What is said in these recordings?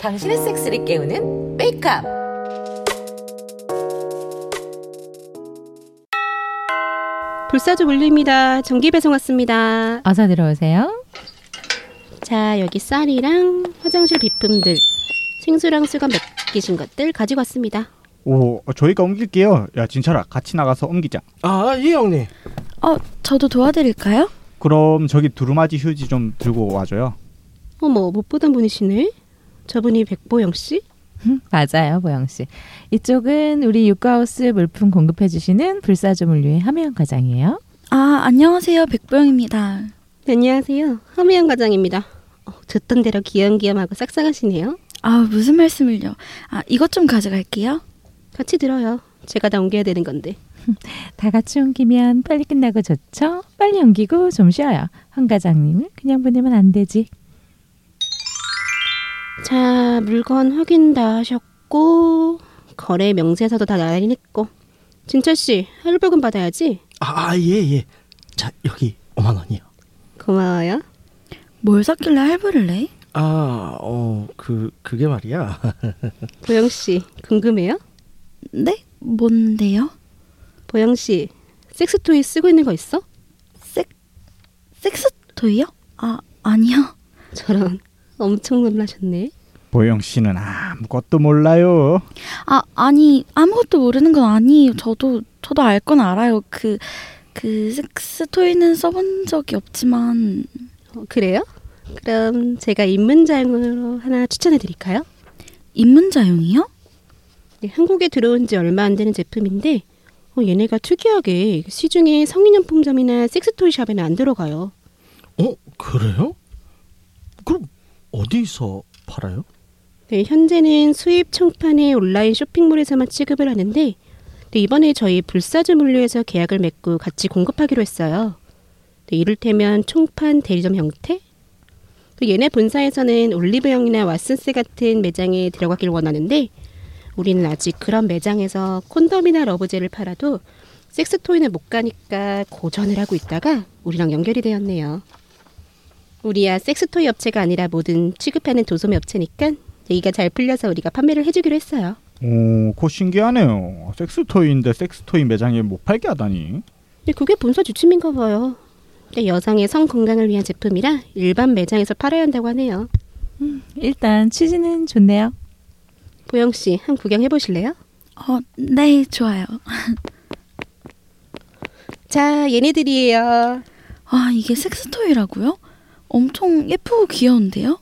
당신의 섹스를 깨우는 메이크업. 불사조 물류입니다. 전기 배송 왔습니다. 어서 들어오세요. 자, 여기 쌀이랑 화장실 비품들, 생수랑 수건 맡기신 것들 가지고 왔습니다. 오, 어, 저희가 옮길게요. 야, 진철아, 같이 나가서 옮기자. 아, 예, 형님. 어, 저도 도와드릴까요? 그럼 저기 두루마지 휴지 좀 들고 와줘요. 어머, 못 보던 분이시네. 저분이 백보영 씨? 맞아요, 보영 씨. 이쪽은 우리 육가하우스 물품 공급해 주시는 불사조 물류의 함혜영 과장이에요. 아, 안녕하세요. 백보영입니다. 네, 안녕하세요. 허미영 과장입니다. 어, 듣던 대로 귀염귀염하고 싹싹하시네요. 아, 무슨 말씀을요? 아, 이것 좀 가져갈게요. 같이 들어요. 제가 다 옮겨야 되는 건데. 다 같이 옮기면 빨리 끝나고 좋죠? 빨리 옮기고 좀 쉬어요. 황 과장님을 그냥 보내면 안 되지. 자, 물건 확인 다 하셨고, 거래 명세서도 다 날인했고. 진철 씨, 할부금 받아야지. 아, 예, 예. 자, 여기 5만 원이요. 고마워요. 뭘 샀길래 할부를 내? 아, 어, 그 그게 말이야. 보영 씨, 궁금해요? 네? 뭔데요? 보영 씨, 섹스토이 쓰고 있는 거 있어? 섹 섹스 토이요? 아, 아니요. 저런, 엄청 놀라셨네. 보영 씨는 아무것도 몰라요. 아, 아니 아무것도 모르는 건 아니에요. 저도 저도 알 건 알아요. 그 그 섹스 토이는 써본 적이 없지만 어, 그래요? 그럼 제가 입문자용으로 하나 추천해 드릴까요? 입문자용이요? 네, 한국에 들어온 지 얼마 안 되는 제품인데 어, 얘네가 특이하게 시중에 성인용품점이나 섹스토이 샵에는 안 들어가요. 어, 그래요? 그럼 어디서 팔아요? 네, 현재는 수입 총판에 온라인 쇼핑몰에서만 취급을 하는데 네, 이번에 저희 불사조 물류에서 계약을 맺고 같이 공급하기로 했어요. 네, 이를테면 총판 대리점 형태? 그 얘네 본사에서는 올리브영이나 왓슨스 같은 매장에 들어가길 원하는데 우리는 아직 그런 매장에서 콘돔이나 러브젤을 팔아도 섹스토이는 못 가니까 고전을 하고 있다가 우리랑 연결이 되었네요. 우리야 섹스토이 업체가 아니라 모든 취급하는 도소매 업체니까 얘기가 잘 풀려서 우리가 판매를 해주기로 했어요. 오, 그거 신기하네요. 섹스토이인데 섹스토이 매장에 못 팔게 하다니. 근데 그게 본사 주침인가 봐요. 근데 여성의 성 건강을 위한 제품이라 일반 매장에서 팔아야 한다고 하네요. 일단 취지는 좋네요. 보영 씨, 한 구경해 보실래요? 어, 네, 좋아요. 자, 얘네들이에요. 아, 이게 섹스 토이라고요? 엄청 예쁘고 귀여운데요?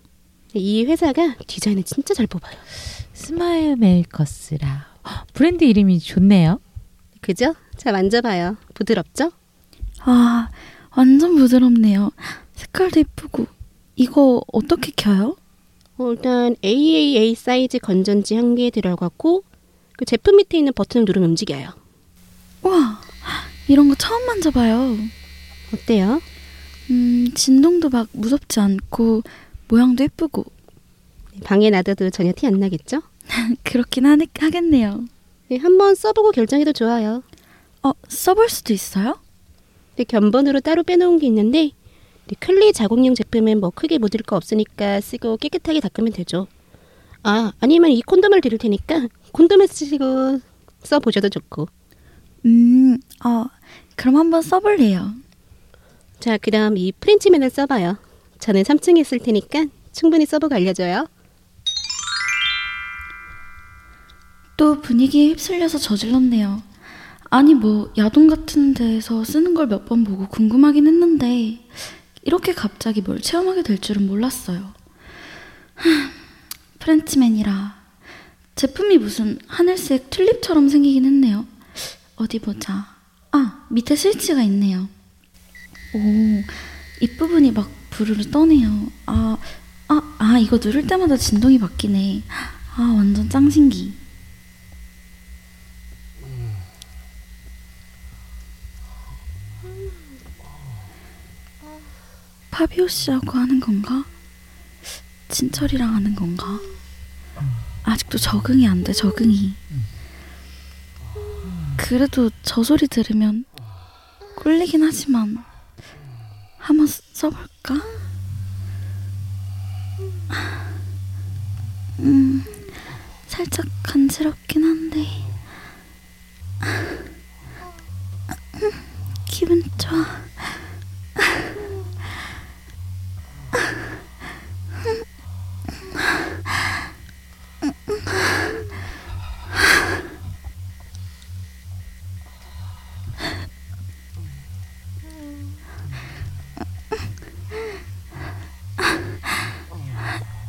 이 회사가 디자인을 진짜 잘 뽑아요. 스마일 메이커스라. 헉, 브랜드 이름이 좋네요. 그죠? 자, 만져봐요. 부드럽죠? 아, 완전 부드럽네요. 색깔도 예쁘고. 이거 어떻게 켜요? 어, 일단 AAA 사이즈 건전지 한 개 들어가고 그 제품 밑에 있는 버튼을 누르면 움직여요. 우와, 이런 거 처음 만져봐요. 어때요? 음, 진동도 막 무섭지 않고 모양도 예쁘고 방에 놔둬도 전혀 티 안 나겠죠? 그렇긴 하네, 하겠네요. 네, 한번 써보고 결정해도 좋아요. 어, 써볼 수도 있어요? 근데 견본으로 따로 빼놓은 게 있는데 네, 클리 자국용 제품은 뭐 크게 묻을 거 없으니까 쓰고 깨끗하게 닦으면 되죠. 아, 아니면 이 콘돔을 드릴 테니까 콘돔에 쓰시고 써보셔도 좋고. 음, 어, 그럼 한번 써볼래요. 자, 그다음 이 프렌치맨을 써봐요. 저는 3층에 있을 테니까 충분히 써보고 알려줘요. 또 분위기에 휩쓸려서 저질렀네요. 아니 뭐 야동 같은 데서 쓰는 걸 몇 번 보고 궁금하긴 했는데 이렇게 갑자기 뭘 체험하게 될 줄은 몰랐어요. 하, 프렌치맨이라 제품이 무슨 하늘색 튤립처럼 생기긴 했네요. 어디 보자. 아 밑에 스위치가 있네요. 오 입부분이 막 부르르 떠네요. 아 아, 아, 이거 누를 때마다 진동이 바뀌네. 아 완전 짱신기. 파비오 씨하고 하는 건가? 진철이랑 하는 건가? 아직도 적응이 안 돼, 적응이. 그래도 저 소리 들으면 꿀리긴 하지만 한번 쓰- 써볼까? 음, 살짝 간지럽긴 한데 기분 좋아.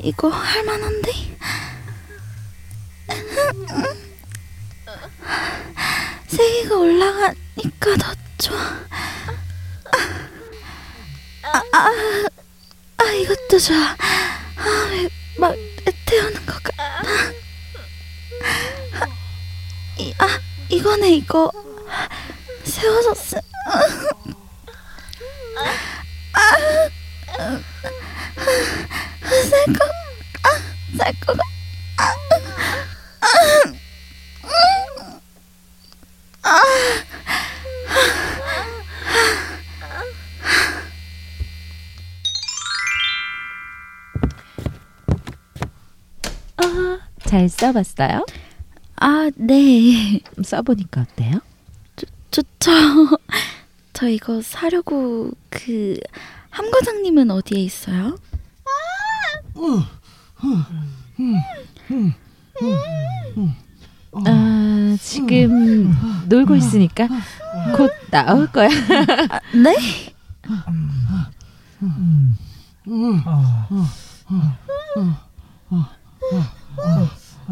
이거 할만한데? 세기가 올라가니까 더 좋아. 아, 아, 아 이것도 좋아. 아, 왜, 막 태우는 것 같아. 이, 아, 이거네 이거. 세워서 쓰. 살것 아, 살것 같. 아, 잘 써봤어요? 아, 네. 써보니까 어때요? 좋죠. 저 이거 사려고 그 함과장님은 어디에 있어요? 아, 지금 놀고 있으니까 곧 나올 거야. 네? 아,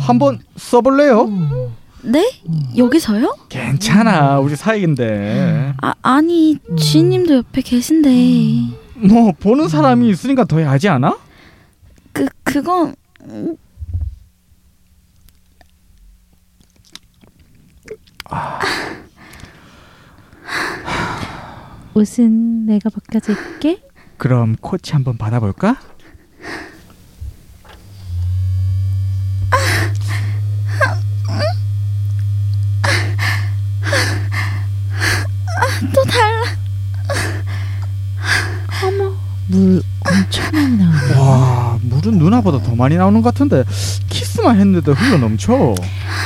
한번 써 볼래요? 네? 여기서요? 괜찮아. 우리 사이인데. 아 아니 주인님도 옆에 계신데 뭐 보는 사람이 있으니까 더 야지 않아? 그 그건 음. 옷은 내가 벗겨줄게. 그럼 코치 한번 받아 볼까? 또 달라. 물 엄청 많이 나오네. 와, 물은 누나보다 더 많이 나오는 것 같은데 키스만 했는데도 흘러 넘쳐.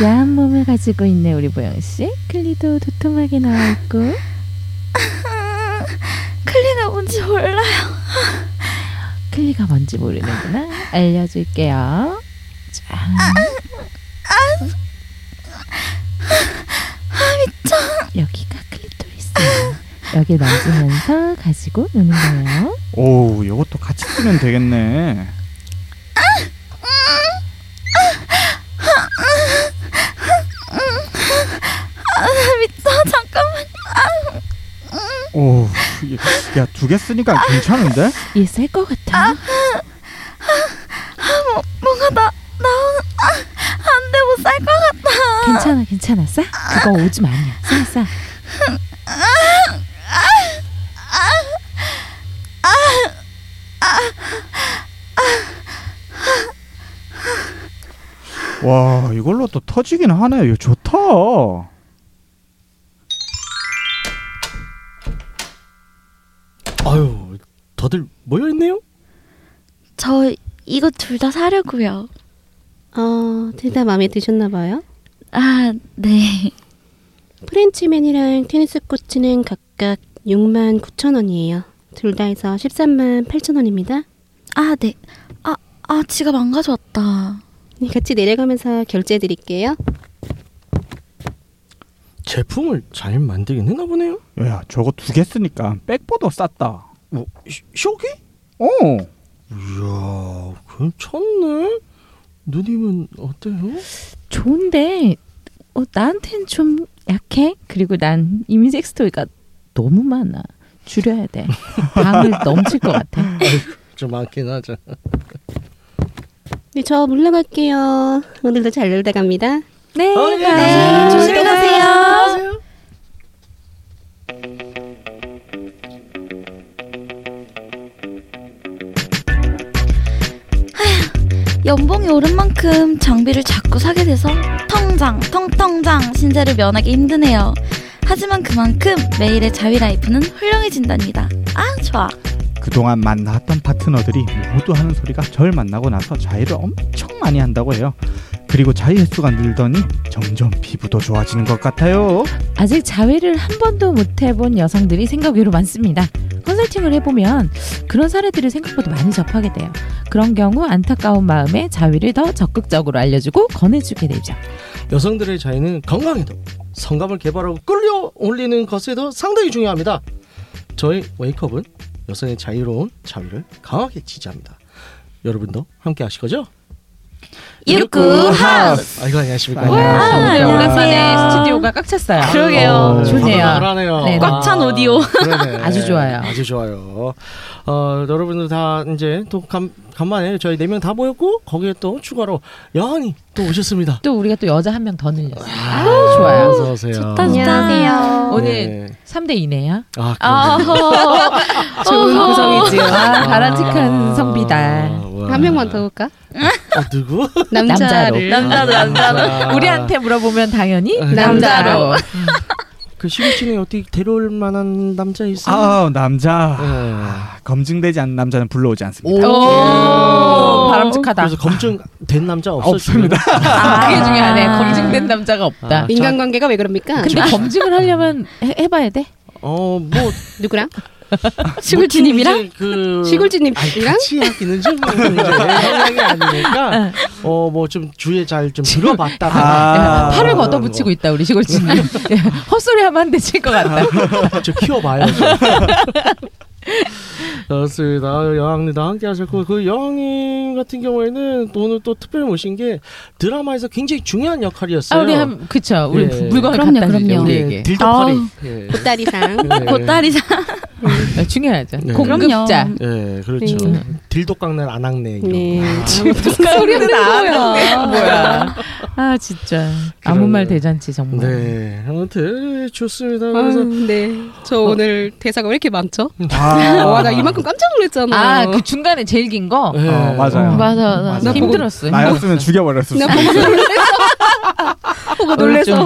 야한 몸을 가지고 있네 우리 보영 씨. 클리도 도톰하게 나와 있고. 클리가 뭔지 몰라요. 클리가 뭔지 모르는구나. 알려줄게요. 자, 미쳐. 여기가 클리토리스예요. 여기 만지면서 가지고 노는 거예요. 오, 요것도 같이 쓰면 되겠네. 아, 나 미쳐. 잠깐만. 오, 야, 두 개 쓰니까 괜찮은데? 얘셀것 같아. 아, 뭐, 뭔가 나, 나온, 아, 안 돼, 못 살 것 같다. 괜찮아, 괜찮아. 싸. 그거 오줌 아니야. 싸, 싸. 와, 이걸로 또 터지긴 하네. 이거 좋다. 아유, 다들 모여 있네요. 저 이거 둘 다 사려고요. 어, 둘다 마음에 드셨나 봐요. 아, 네. 프렌치맨이랑 테니스 코치는 각각 6만 9천 원이에요. 둘 다 해서 13만 8천 원입니다. 아, 네. 아, 아, 지갑 안 가져왔다. 네, 같이 내려가면서 결제해 드릴게요. 제품을 잘 만들긴 했나 보네요. 야, 저거 두 개 쓰니까 백보다 쌌다. 뭐 시- 쇼기? 어, 이야, 괜찮네. 누님은 어때요? 좋은데 어, 나한텐 좀 약해. 그리고 난 이미 섹스토이가 너무 많아. 줄여야 돼. 당을 넘칠 것 같아. 좀 많긴 하죠. 네, 저 물러갈게요. 오늘도 잘 놀다 갑니다. 네. 어, 네, 조심히 가세요. 연봉이 오른 만큼 장비를 자꾸 사게 돼서 텅장, 텅텅장 신세를 면하기 힘드네요. 하지만 그만큼 매일의 자위 라이프는 훌륭해진답니다. 아, 좋아. 그동안 만났던 파트너들이 모두 하는 소리가 절 만나고 나서 자위를 엄청 많이 한다고 해요. 그리고 자위 횟수가 늘더니 점점 피부도 좋아지는 것 같아요. 아직 자회를 한 번도 못 해본 여성들이 생각 외로 많습니다. 컨설팅을 해보면 그런 사례들을 생각보다 많이 접하게 돼요. 그런 경우 안타까운 마음에 자위를 더 적극적으로 알려주고 권해주게 되죠. 여성들의 자유는 건강에도 성감을 개발하고 끌려 올리는 것에도 상당히 중요합니다. 저희 웨이크업은 여성의 자유로운 자유를 강하게 지지합니다. 여러분도 함께 하실 거죠? 유쿠 하우스! 아이고 안녕하십니까. 와, 네, 감사합니다. 네. 오랜만에 스튜디오가 꽉 찼어요. 어, 좋네요. 하네요. 네, 꽉 꽉찬 오디오. 아주 좋아요. 아주 좋아요. 어, 여러분들 다 이제 또 간, 간만에 저희 네 명 다 모였고 거기에 또 추가로 여한이 또 오셨습니다. 또 우리가 또 여자 한 명 더 늘렸어요. 아, 좋아요. 어서 오세요. 좋다, 좋다. 오늘 네. 3대 2네요. 아, 아, 그러네요. 좋은 구성이지요. 아, 바람직한 아, 성비다. 와. 한 명만 더 올까? 어, 누구? 아. 남자를. 남자도 남자로. 우리한테 물어보면 당연히 남자로. 아. 남자로. 그 시국진에 어떻게 데려올 만한 남자 있어요? 아 남자 네. 아, 검증되지 않은 남자는 불러오지 않습니다. 오, 바람직하다. 그래서 검증된 남자 없어요? 없습니다. 아, 그게 중요하네. 검증된 남자가 없다. 아, 인간관계가 왜 그럽니까? 근데 검증을 하려면 해, 해봐야 돼. 어, 뭐 누구랑? 뭐 시골주님이랑? 이제 그 아니, 시골주님이랑? 같이 하기는 좀 이제 성향이 아니니까 어 뭐 좀 주의 잘 좀 들어봤다가 아. 네, 팔을 걷어붙이고 있다 우리 시골집. 헛소리 하면 안 되실 것 같다. 저 키워봐요. 그렇습니다. 여왕님도 함께 하셨고 그 여왕님 같은 경우에는 또 오늘 또 특별히 모신 게 드라마에서 굉장히 중요한 아, 역할이었어요. 우리 한 그쵸. 우리 예. 물건을 그럼요, 갖다 주죠 그럼요. 네, 우리에게. 들떡파리. 아우. 예. 보따리상. 예. 보따리상. 아, 중요하죠. 네. 공급자. 그럼요. 예, 그렇죠. 네. 들독강날 안악내 이런. 네. 거. 소리는 아, 안 뭐야. 아 진짜 아무 그러네. 말 대잔치 정말. 네, 아무튼 좋습니다. 그래서 아유, 네. 저 오늘 대사가 왜 이렇게 많죠? 아, 와, 나 이만큼 깜짝 놀랐잖아. 아 그 중간에 제일 긴 거. 예. 어, 맞아요. 맞아, 맞아. 맞아. 힘들었어. 나였으면 죽여버렸을 나 수도 보고 놀랬어. 보고 놀래서.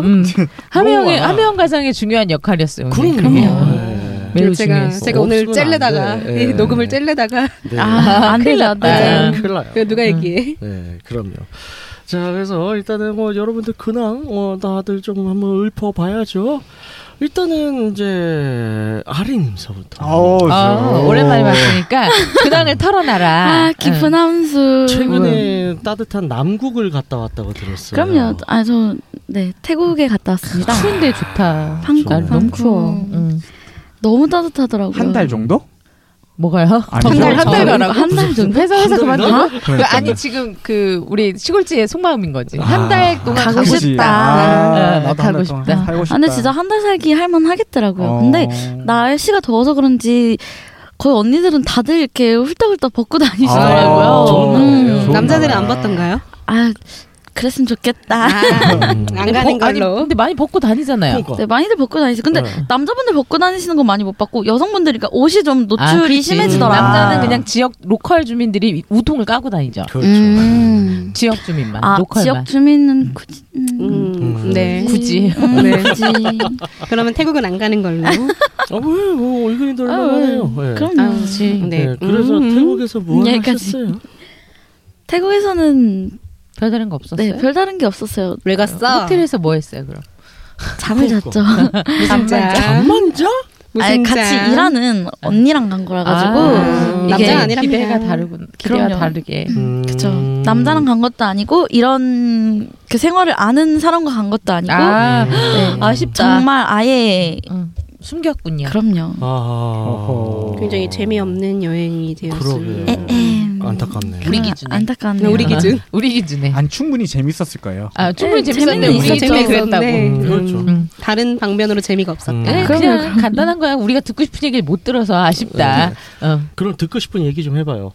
하명의 너무 하명 음. 가장의 중요한 역할이었어요. 오늘. 그럼요. 그게. 예. 매우 제가 중요했어. 제가 오늘 없으면 안 젤레다가 돼. 이 예. 녹음을 젤레다가 네. 아, 안 큰일 되겠다. 났다. 큰일 나요. 이거 누가 얘기해? 네, 그럼요. 자, 그래서 일단은 뭐 여러분들 근황 어, 다들 좀 한번 읊어봐야죠. 일단은 이제 아리님서부터. 어우, 아, 저- 오랜만에 봤으니까 근황을 털어놔라. 네. 아, 깊은 함수. 최근에 따뜻한 남국을 갔다 왔다고 들었어요. 네. 그럼요. 아, 저, 네, 태국에 갔다 왔습니다. 응. 아, 추운데 좋다. 한국, 날 너무 한국. 추워. 음. 응. 너무 따뜻하고요 한 달 정도? 뭐가요? 아니죠. 한 달 가라고? 한달 정도? 회사 회사 한 달이나? 그만두고? 그, 그러니까요. 아니 지금 그 우리 시골지의 속마음인 거지. 아, 한 달 동안 가고 가고 그치. 싶다. 싶다. 아, 네, 나도 가고 한달 동안 싶다. 살고 아, 싶다. 근데 진짜 한 달 살기 할만 하겠더라고요. 어. 근데 날씨가 더워서 그런지 거의 언니들은 다들 이렇게 훌떡훌떡 벗고 다니시더라고요. 아, 좋은 음. 나라예요. 좋은 남자들은 나라. 안 봤던가요? 아, 그랬으면 아. 좋겠다. 음. 안 가는 아니, 걸로. 근데 많이 벗고 다니잖아요. 그러니까. 네, 많이들 벗고 다니시. 근데 남자분들 벗고 다니시는 거 많이 못 봤고 여성분들이 그러니까 옷이 좀 아, 노출이 그치. 심해지더라고요. 남자는 아. 그냥 지역 로컬 주민들이 우통을 까고 다니죠. 그렇죠. 음. 지역 주민만, 아, 로컬만. 지역 주민은 굳이 음. 음, 네. 굳이. 음, 네. 굳이. 그러면 태국은 안 가는 걸로. 아, 왜, 뭐, 얼굴이 덜만하네요. 예. 그럼요. 뭐 아, 네. 네, 그래서 음. 태국에서 뭐 여기까지. 하셨어요? 태국에서는 별다른 거 없었어요. 네, 별다른 게 없었어요. 왜 갔어? 호텔에서 뭐 했어요, 그럼? 잠을 그러니까. 잤죠. 아, 무슨 자? 아. 잠만 자? 무슨 아니, 자? 같이 네. 일하는 언니랑 간 거라 가지고 아, 남자는 이게 아니랍니다. 기대가 다르군. 기대와 그럼요. 다르게. 음. 그쵸. 남자랑 간 것도 아니고 이런 그 생활을 아는 사람과 간 것도 아니고 아, 네. 음. 아쉽다. 정말 아예 음, 숨겼군요. 그럼요. 아. 어허. 굉장히 재미없는 여행이 되었을 그러게. 에헴. 음. 안타깝네. 우리 아, 기준에. 안타깝네요. 우리 기준. 아, 우리 기준에. 안 충분히 재밌었을 거예요. 아 충분히 네, 재밌었는데 재미는 우리 있었죠. 기준에 그랬다고. 네. 음. 그렇죠. 음. 다른 방면으로 재미가 없었다. 음. 네, 그럼요, 그냥 간단한 거야. 우리가 듣고 싶은 얘기를 못 들어서 아쉽다. 어. 그럼 듣고 싶은 얘기 좀 해봐요.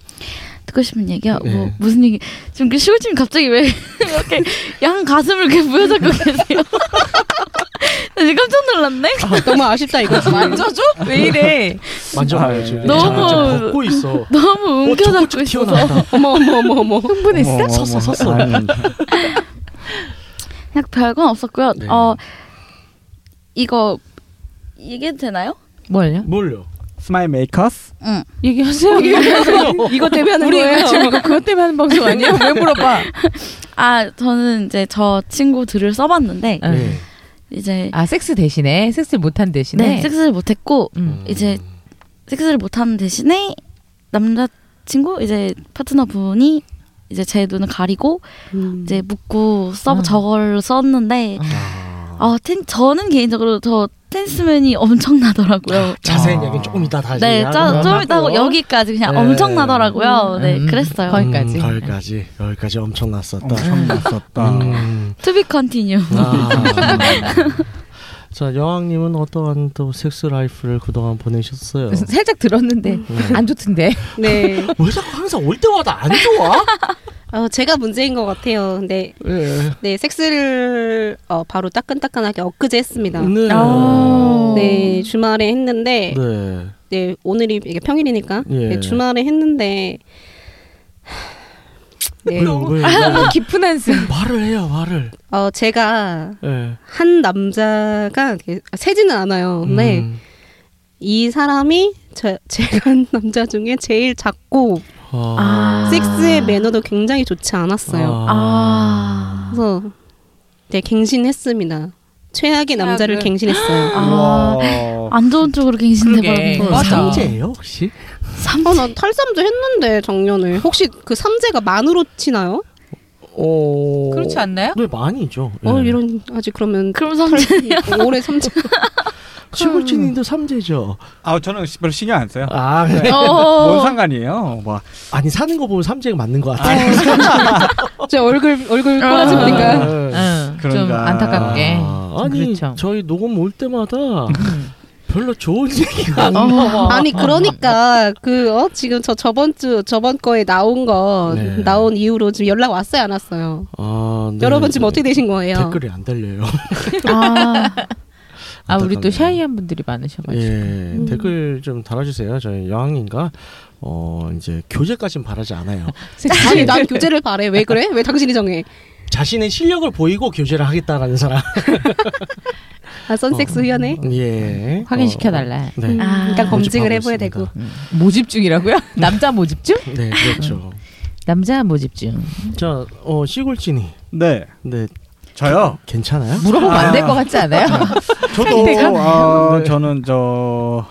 듣고 싶은 얘기야? 뭐 네. 무슨 얘기? 지금 그 시골집 갑자기 왜 이렇게 양 가슴을 이렇게 부여잡고 계세요? 나 지금 깜짝 놀랐네. 그러니까. 너무 아쉽다 이거. 만져줘? 왜 이래? 만져봐요 지금. 너무- 잠깐 지금 벗고 있어. 너무 움켜잡고 어, 있어서. 튀어나왔다. 어머 어머 어머 어머. 흥분했어? 섰어 섰어. 그냥 별건 없었고요. 네. 어 이거 얘기해도 되나요? 뭘요? 뭘요? 스마일 메이커스? 응. 어, 얘기하세요. 이거 때문에 하는 우리 거예요. 지금 이거 그것 때문에 하는 방송 아니야? 왜 물어봐? 아 저는 이제 저 친구들을 써봤는데 네. 이제 아 섹스 대신에 섹스 못한 대신에. 네, 섹스를 못했고 음. 이제 섹스를 못하는 대신에 남자 친구 이제 파트너분이 이제 제 눈을 가리고 음. 이제 묻고 써 음. 저걸 썼는데 아, 아, 텐, 저는 개인적으로 저 텐스맨이 엄청나더라고요. 자세한 아. 얘기는 조금 이따 다시. 네, 짜, 하도록 좀 음. 있다고 하고요. 여기까지 그냥 네. 엄청나더라고요. 네, 음. 그랬어요. 거의- 여기까지. 음, 거기까지 여기까지 엄청났었다. 엄청 났었다. 음. 투비 컨티뉴. 아. 자 여왕님은 어떠한 또 섹스 라이프를 그동안 보내셨어요? 음. 살짝 들었는데 안 좋던데. 네. 왜 자꾸 항상 올 때마다 안 좋아? 어, 제가 문제인 것 같아요. 근데 예. 네. 네 섹스를 어, 바로 따끈따끈하게 엊그제 했습니다. 네. 아. 어. 네 주말에 했는데 네, 네. 오늘이 이게 평일이니까 예. 네, 주말에 했는데 네. 왜요? 왜요? 왜요? 깊은 한숨. 말을 해요 말을. 어 제가 네. 한 남자가 이렇게- 아, 세지는 않아요. 네. 근데 음. 이 사람이 저, 제가 한 남자 중에 제일 작고 아. 섹스의 매너도 굉장히 좋지 않았어요. 아. 그래서 네, 갱신했습니다. 최악의 남자를 최악을. 갱신했어요. 아. 우와. 안 좋은 쪽으로 그러게. 갱신돼버렸네. 맞아. 삼재예요 혹시? 어, 삼지. 나 탈삼도 했는데 작년에 혹시 그 삼재가 만으로 치나요? 어. 그렇지 않나요? 네 많이죠. 어 예. 이런 아직 그러면 그럼 삼지. 털- 올해 삼재 시골진님도 삼재죠. 아 저는 별로 신경 안 써요. 아 그래. 뭔 어. 상관이에요? 뭐 아니 사는 거 보면 삼재가 맞는 것 같아. 제 얼굴 얼굴 꼬라지 아. 보니까 아, 응, 좀 그런가. 안타깝게. 아, 아니 그렇죠. 저희 녹음 올 때마다 별로 좋은 얘기가 안 어. 아니 그러니까 그 어 지금 저 저번 주 저번 거에 나온 거 네. 나온 이후로 지금 연락 왔어요 안 왔어요 아, 네. 여러분 지금 어떻게 되신 거예요? 댓글이 안 달려요. 아. 아 우리 또 음. 안타깝네요. 샤이한 분들이 많으셔가지고. 예 댓글 좀 달아주세요. 저희 여왕님과 어 이제 교제까진 바라지 않아요. 섹스. 아니 난 교제를 바래 왜 그래? 왜 당신이 정해? 자신의 실력을 보이고 교제를 하겠다라는 사람. 아 선섹스 희한해. 예 네? 확인시켜달라. 어, 네. 음, 아. 일단 검증을 모집하고 해봐야 있습니다. 되고. 모집 중이라고요? 남자 모집 중? 네 그렇죠. 남자 모집 중. 자, 어 시골진이. 네 어. 네, 저요. 괜찮아요? 물어보면 안 될 것 같지 않아요? 저도 아, 저는 저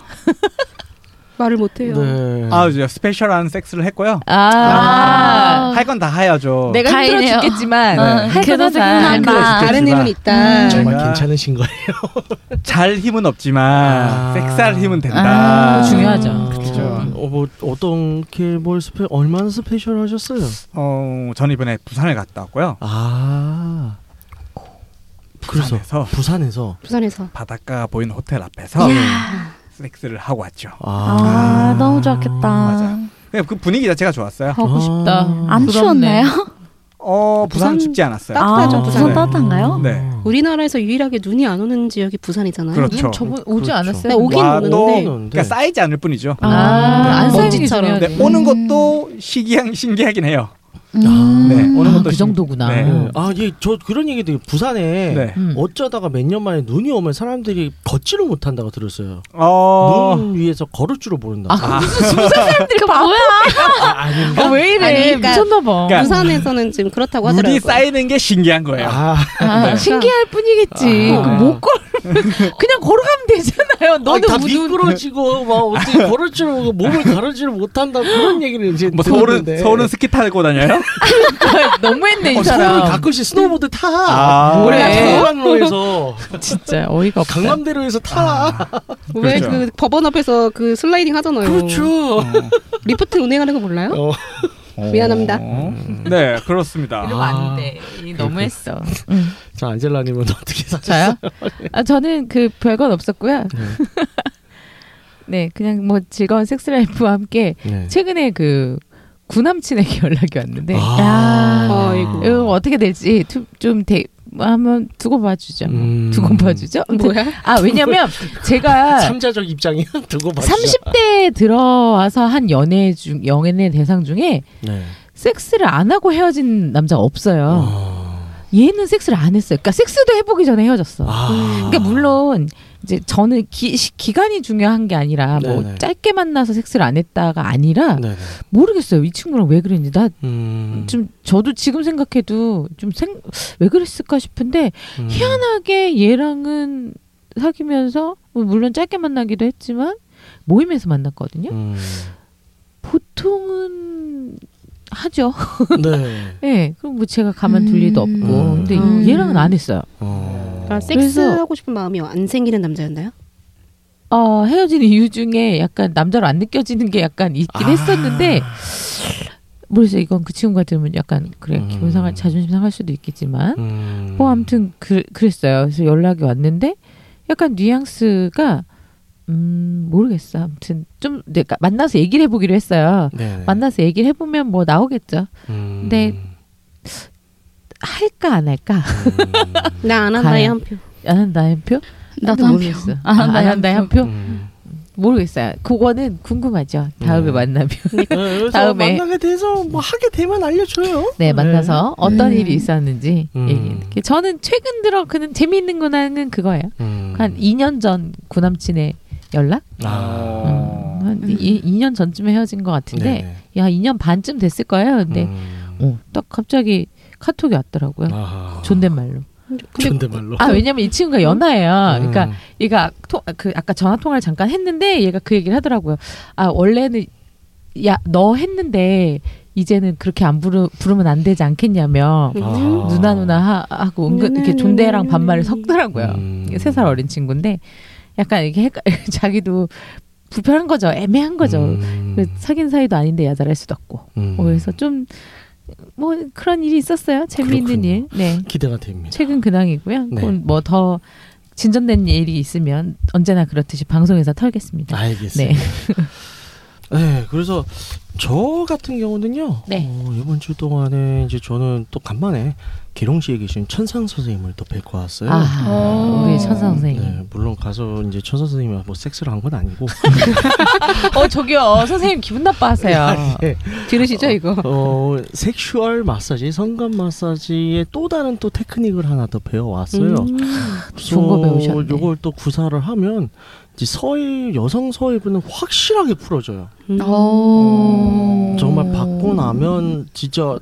말을 못해요. 네. 아, 이제 스페셜한 섹스를 했고요. 아, 아. 할 건 다 해야죠. 내가 힘들어 다행이네요. 죽겠지만 네. 할 그래도 거다 다. 생각난다. 아. 다른 힘은 있다. 정말 내가- 괜찮으신 거예요. 잘 힘은 없지만 아. 섹스할 힘은 된다. 아, 중요하죠. 그렇죠. 어, 뭐 어떻게 뭘 스페 얼마나 스페셜 하셨어요? 어, 저는 이번에 부산을 갔다 왔고요. 아. 그래서 부산에서 부산에서 부산에서. 바닷가 보이는 호텔 앞에서 섹스를 하고 왔죠. 아, 너무 좋았겠다. 맞아. 그냥 그 분위기 자체가 좋았어요. 아, 하고 싶다. 아, 안 부럽네. 추웠나요? 어, 부산 부산- 아, 춥지 않았어요. 따뜻하죠, 아, 부산은. 부산 따뜻한가요? 네. 음. 우리나라에서 유일하게 눈이 안 오는 지역이 부산이잖아요. 그렇죠. 음, 저번 오지 그렇죠. 네, 않았어요? 오긴 와도 오는데 그러니까 쌓이지 않을 뿐이죠. 아, 네. 안 쌓이기 먼지처럼. 전에. 네, 오는 것도 시기한 신기하긴 해요. 음. 네, 오는 것도 그 신- 정도구나. 네. 아, 예, 저 그런 얘기 되게 부산에 네. 음. 어쩌다가 몇 년 만에 눈이 오면 사람들이 걷지를 못한다고 들었어요. 어, 눈 위에서 걸을 줄을 모른다. 아, 그 무슨 수사 사람들이 뭐야? 아, 왜 이래? 아니, 그러니까- 미쳤나봐. 그러니까- 부산에서는 지금 그렇다고 하더라고요. 물이 쌓이는 게 신기한 거예요. 아, 아, 신기할 뿐이겠지. 아. 그못 걸. 그냥 걸어가면 되잖아. 거예요. 너는 다 우둔. 미끄러지고 막 어떻게 걸을 줄 모르고 몸을 가르지를 못한다 그런 얘기를 이제 뭐 서울은 들었는데. 서울은 스키 타고 다녀요? 아, 너무했네 이 어, 서울은 사람. 가끔씩 스노보드 타. 아. 그래. 그래. 강남로에서 진짜 어이가 없다. 강남대로에서 아. 타. 왜 그 그렇죠. 법원 앞에서 그 슬라이딩 하잖아요. 그렇죠. 음. 리프트 운행하는 거 몰라요? 어. 미안합니다. 어. 네, 그렇습니다. 이러면 안 돼. 이 너무했어. 자 안젤라님은 어떻게 사셨어요? 저요? 아 저는 그 별건 없었고요. 네, 그냥 뭐 즐거운 섹스라이프와 함께 네. 최근에 그 구남친에게 연락이 왔는데 아. 아이고. 이거 어떻게 될지 투- 좀 대, 뭐 한번 두고 봐주죠. 음. 두고 봐주죠. 뭐야? 아 왜냐면 제가 참자적 입장이 두고 봐주자. 30대에 들어와서 한 연애 중 연애 대상 중에 네. 섹스를 안 하고 헤어진 남자가 없어요. 아. 얘는 섹스를 안 했어요. 그러니까 섹스도 해보기 전에 헤어졌어. 아. 그러니까 물론 이제 저는 기, 시- 기간이 중요한 게 아니라 뭐 네네. 짧게 만나서 섹스를 안 했다가 아니라 네네. 모르겠어요. 이 친구랑 왜 그랬는지 나 좀 음. 저도 지금 생각해도 좀 왜 그랬을까 싶은데 음. 희한하게 얘랑은 사귀면서 뭐 물론 짧게 만나기도 했지만 모임에서 만났거든요. 음. 보통은 하죠. 네. 예. 그럼 뭐 제가 가만 둘 리도 음. 없고. 근데 음. 얘랑은 안 했어요. 어. 그러니까 섹스하고 싶은 마음이 안 생기는 남자였나요? 어, 헤어진 이유 중에 약간 남자로 안 느껴지는 게 약간 아. 있긴 했었는데 모르겠어요. 이건 그 친구가 들으면 약간 그래 음. 기분 상할 자존심 상할 수도 있겠지만 음. 뭐 아무튼 그, 그랬어요. 그래서 연락이 왔는데 약간 뉘앙스가 음 모르겠어. 아무튼 좀 내가 만나서 얘기를 해보기로 했어요. 네네. 만나서 얘기를 해보면 뭐 나오겠죠. 음. 네. 할까 안 할까? 음. 나 안 가요. 한다의 한 표. 안 한다 한 표? 나도 한 표. 모르겠어. 안 한다 아, 한 안 한다 한 표? 음. 모르겠어요. 그거는 궁금하죠. 다음에 음. 만나면. 네, 그래서 그러니까 다음에. 만나게 돼서 뭐 하게 되면 알려줘요. 네, 만나서 어떤 일이 있었는지 음. 얘기. 저는 최근 들어 그는 재미있는 근황은 그거예요. 음. 한 2년 전 구남친의 연락? 아. 어. 음, 한 음. 이, 2년 전쯤에 헤어진 것 같은데 네네. 야, 2년 반쯤 됐을 거예요. 근데 음. 어, 딱 갑자기 카톡이 왔더라고요. 아하. 존댓말로. 존댓말로. 아 왜냐면 이 친구가 연하예요. 그러니까 음. 얘가 토, 그 아까 전화 통화를 잠깐 했는데 얘가 그 얘기를 하더라고요. 아 원래는 야 너 했는데 이제는 그렇게 안 부르, 부르면 안 되지 않겠냐며 아. 그 누나 누나 하, 고 은근 이렇게 존대랑 반말을 섞더라고요. 음. 세 살 어린 친구인데 약간 이렇게 헷갈, 자기도 불편한 거죠. 애매한 거죠. 음. 그 사귄 사이도 아닌데 야잘할 수도 없고. 음. 그래서 좀 뭐 그런 일이 있었어요. 재미있는 그렇군요. 일. 네. 기대가 됩니다. 최근 근황이고요. 네. 뭐 더 진전된 일이 있으면 언제나 그렇듯이 방송에서 털겠습니다. 네. 알겠습니다. 네. 그래서 저 같은 경우는요. 네. 어, 이번 주 동안에 이제 저는 또 간만에 계룡시에 계신 천상 선생님을 또 뵙고 왔어요. 아, 어. 우리 천사 선생님. 네, 물론 가서 이제 천상 선생님이 뭐 섹스를 한 건 아니고 어, 저기요. 선생님 기분 나빠하세요. 예, 들으시죠 이거? 어, 섹슈얼 마사지, 성감 마사지의 또 다른 또 테크닉을 하나 더 배워왔어요. 음, 어, 좋은 거 배우셨네. 요걸 또 구사를 하면 이제 서해 여성 서해부는 확실하게 풀어져요. 음. 음. 어. 정말 받고 나면 진짜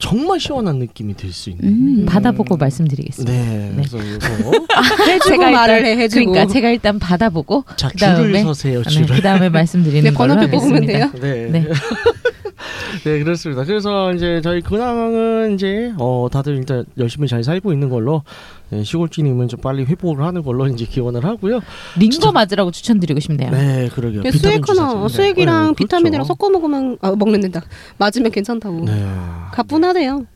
정말 시원한 느낌이 들 수 있는. 음. 받아보고 말씀드리겠습니다. 네, 네. 그래서 이거 제가 일단- 말을 해, 해주고. 그러니까 제가 일단 받아보고 자 그다음에 줄을 서세요 줄을. 그 다음에 말씀드리는 네, 걸로 번호표 하겠습니다. 뽑으면 돼요? 네. 네. 네. 그렇습니다. 그래서 이제 저희 근황은 이제 어 다들 일단 열심히 잘 살고 있는 걸로 네, 시골쥐님은 좀 빨리 회복을 하는 걸로 이제 기원을 하고요. 링거 맞으라고 추천드리고 싶네요. 네, 그러게요. 이게 비타민 수액하나 주사제. 수액이랑 네, 그렇죠. 비타민이랑 섞어 먹으면 아, 먹는다. 맞으면 괜찮다고. 네. 가뿐하대요.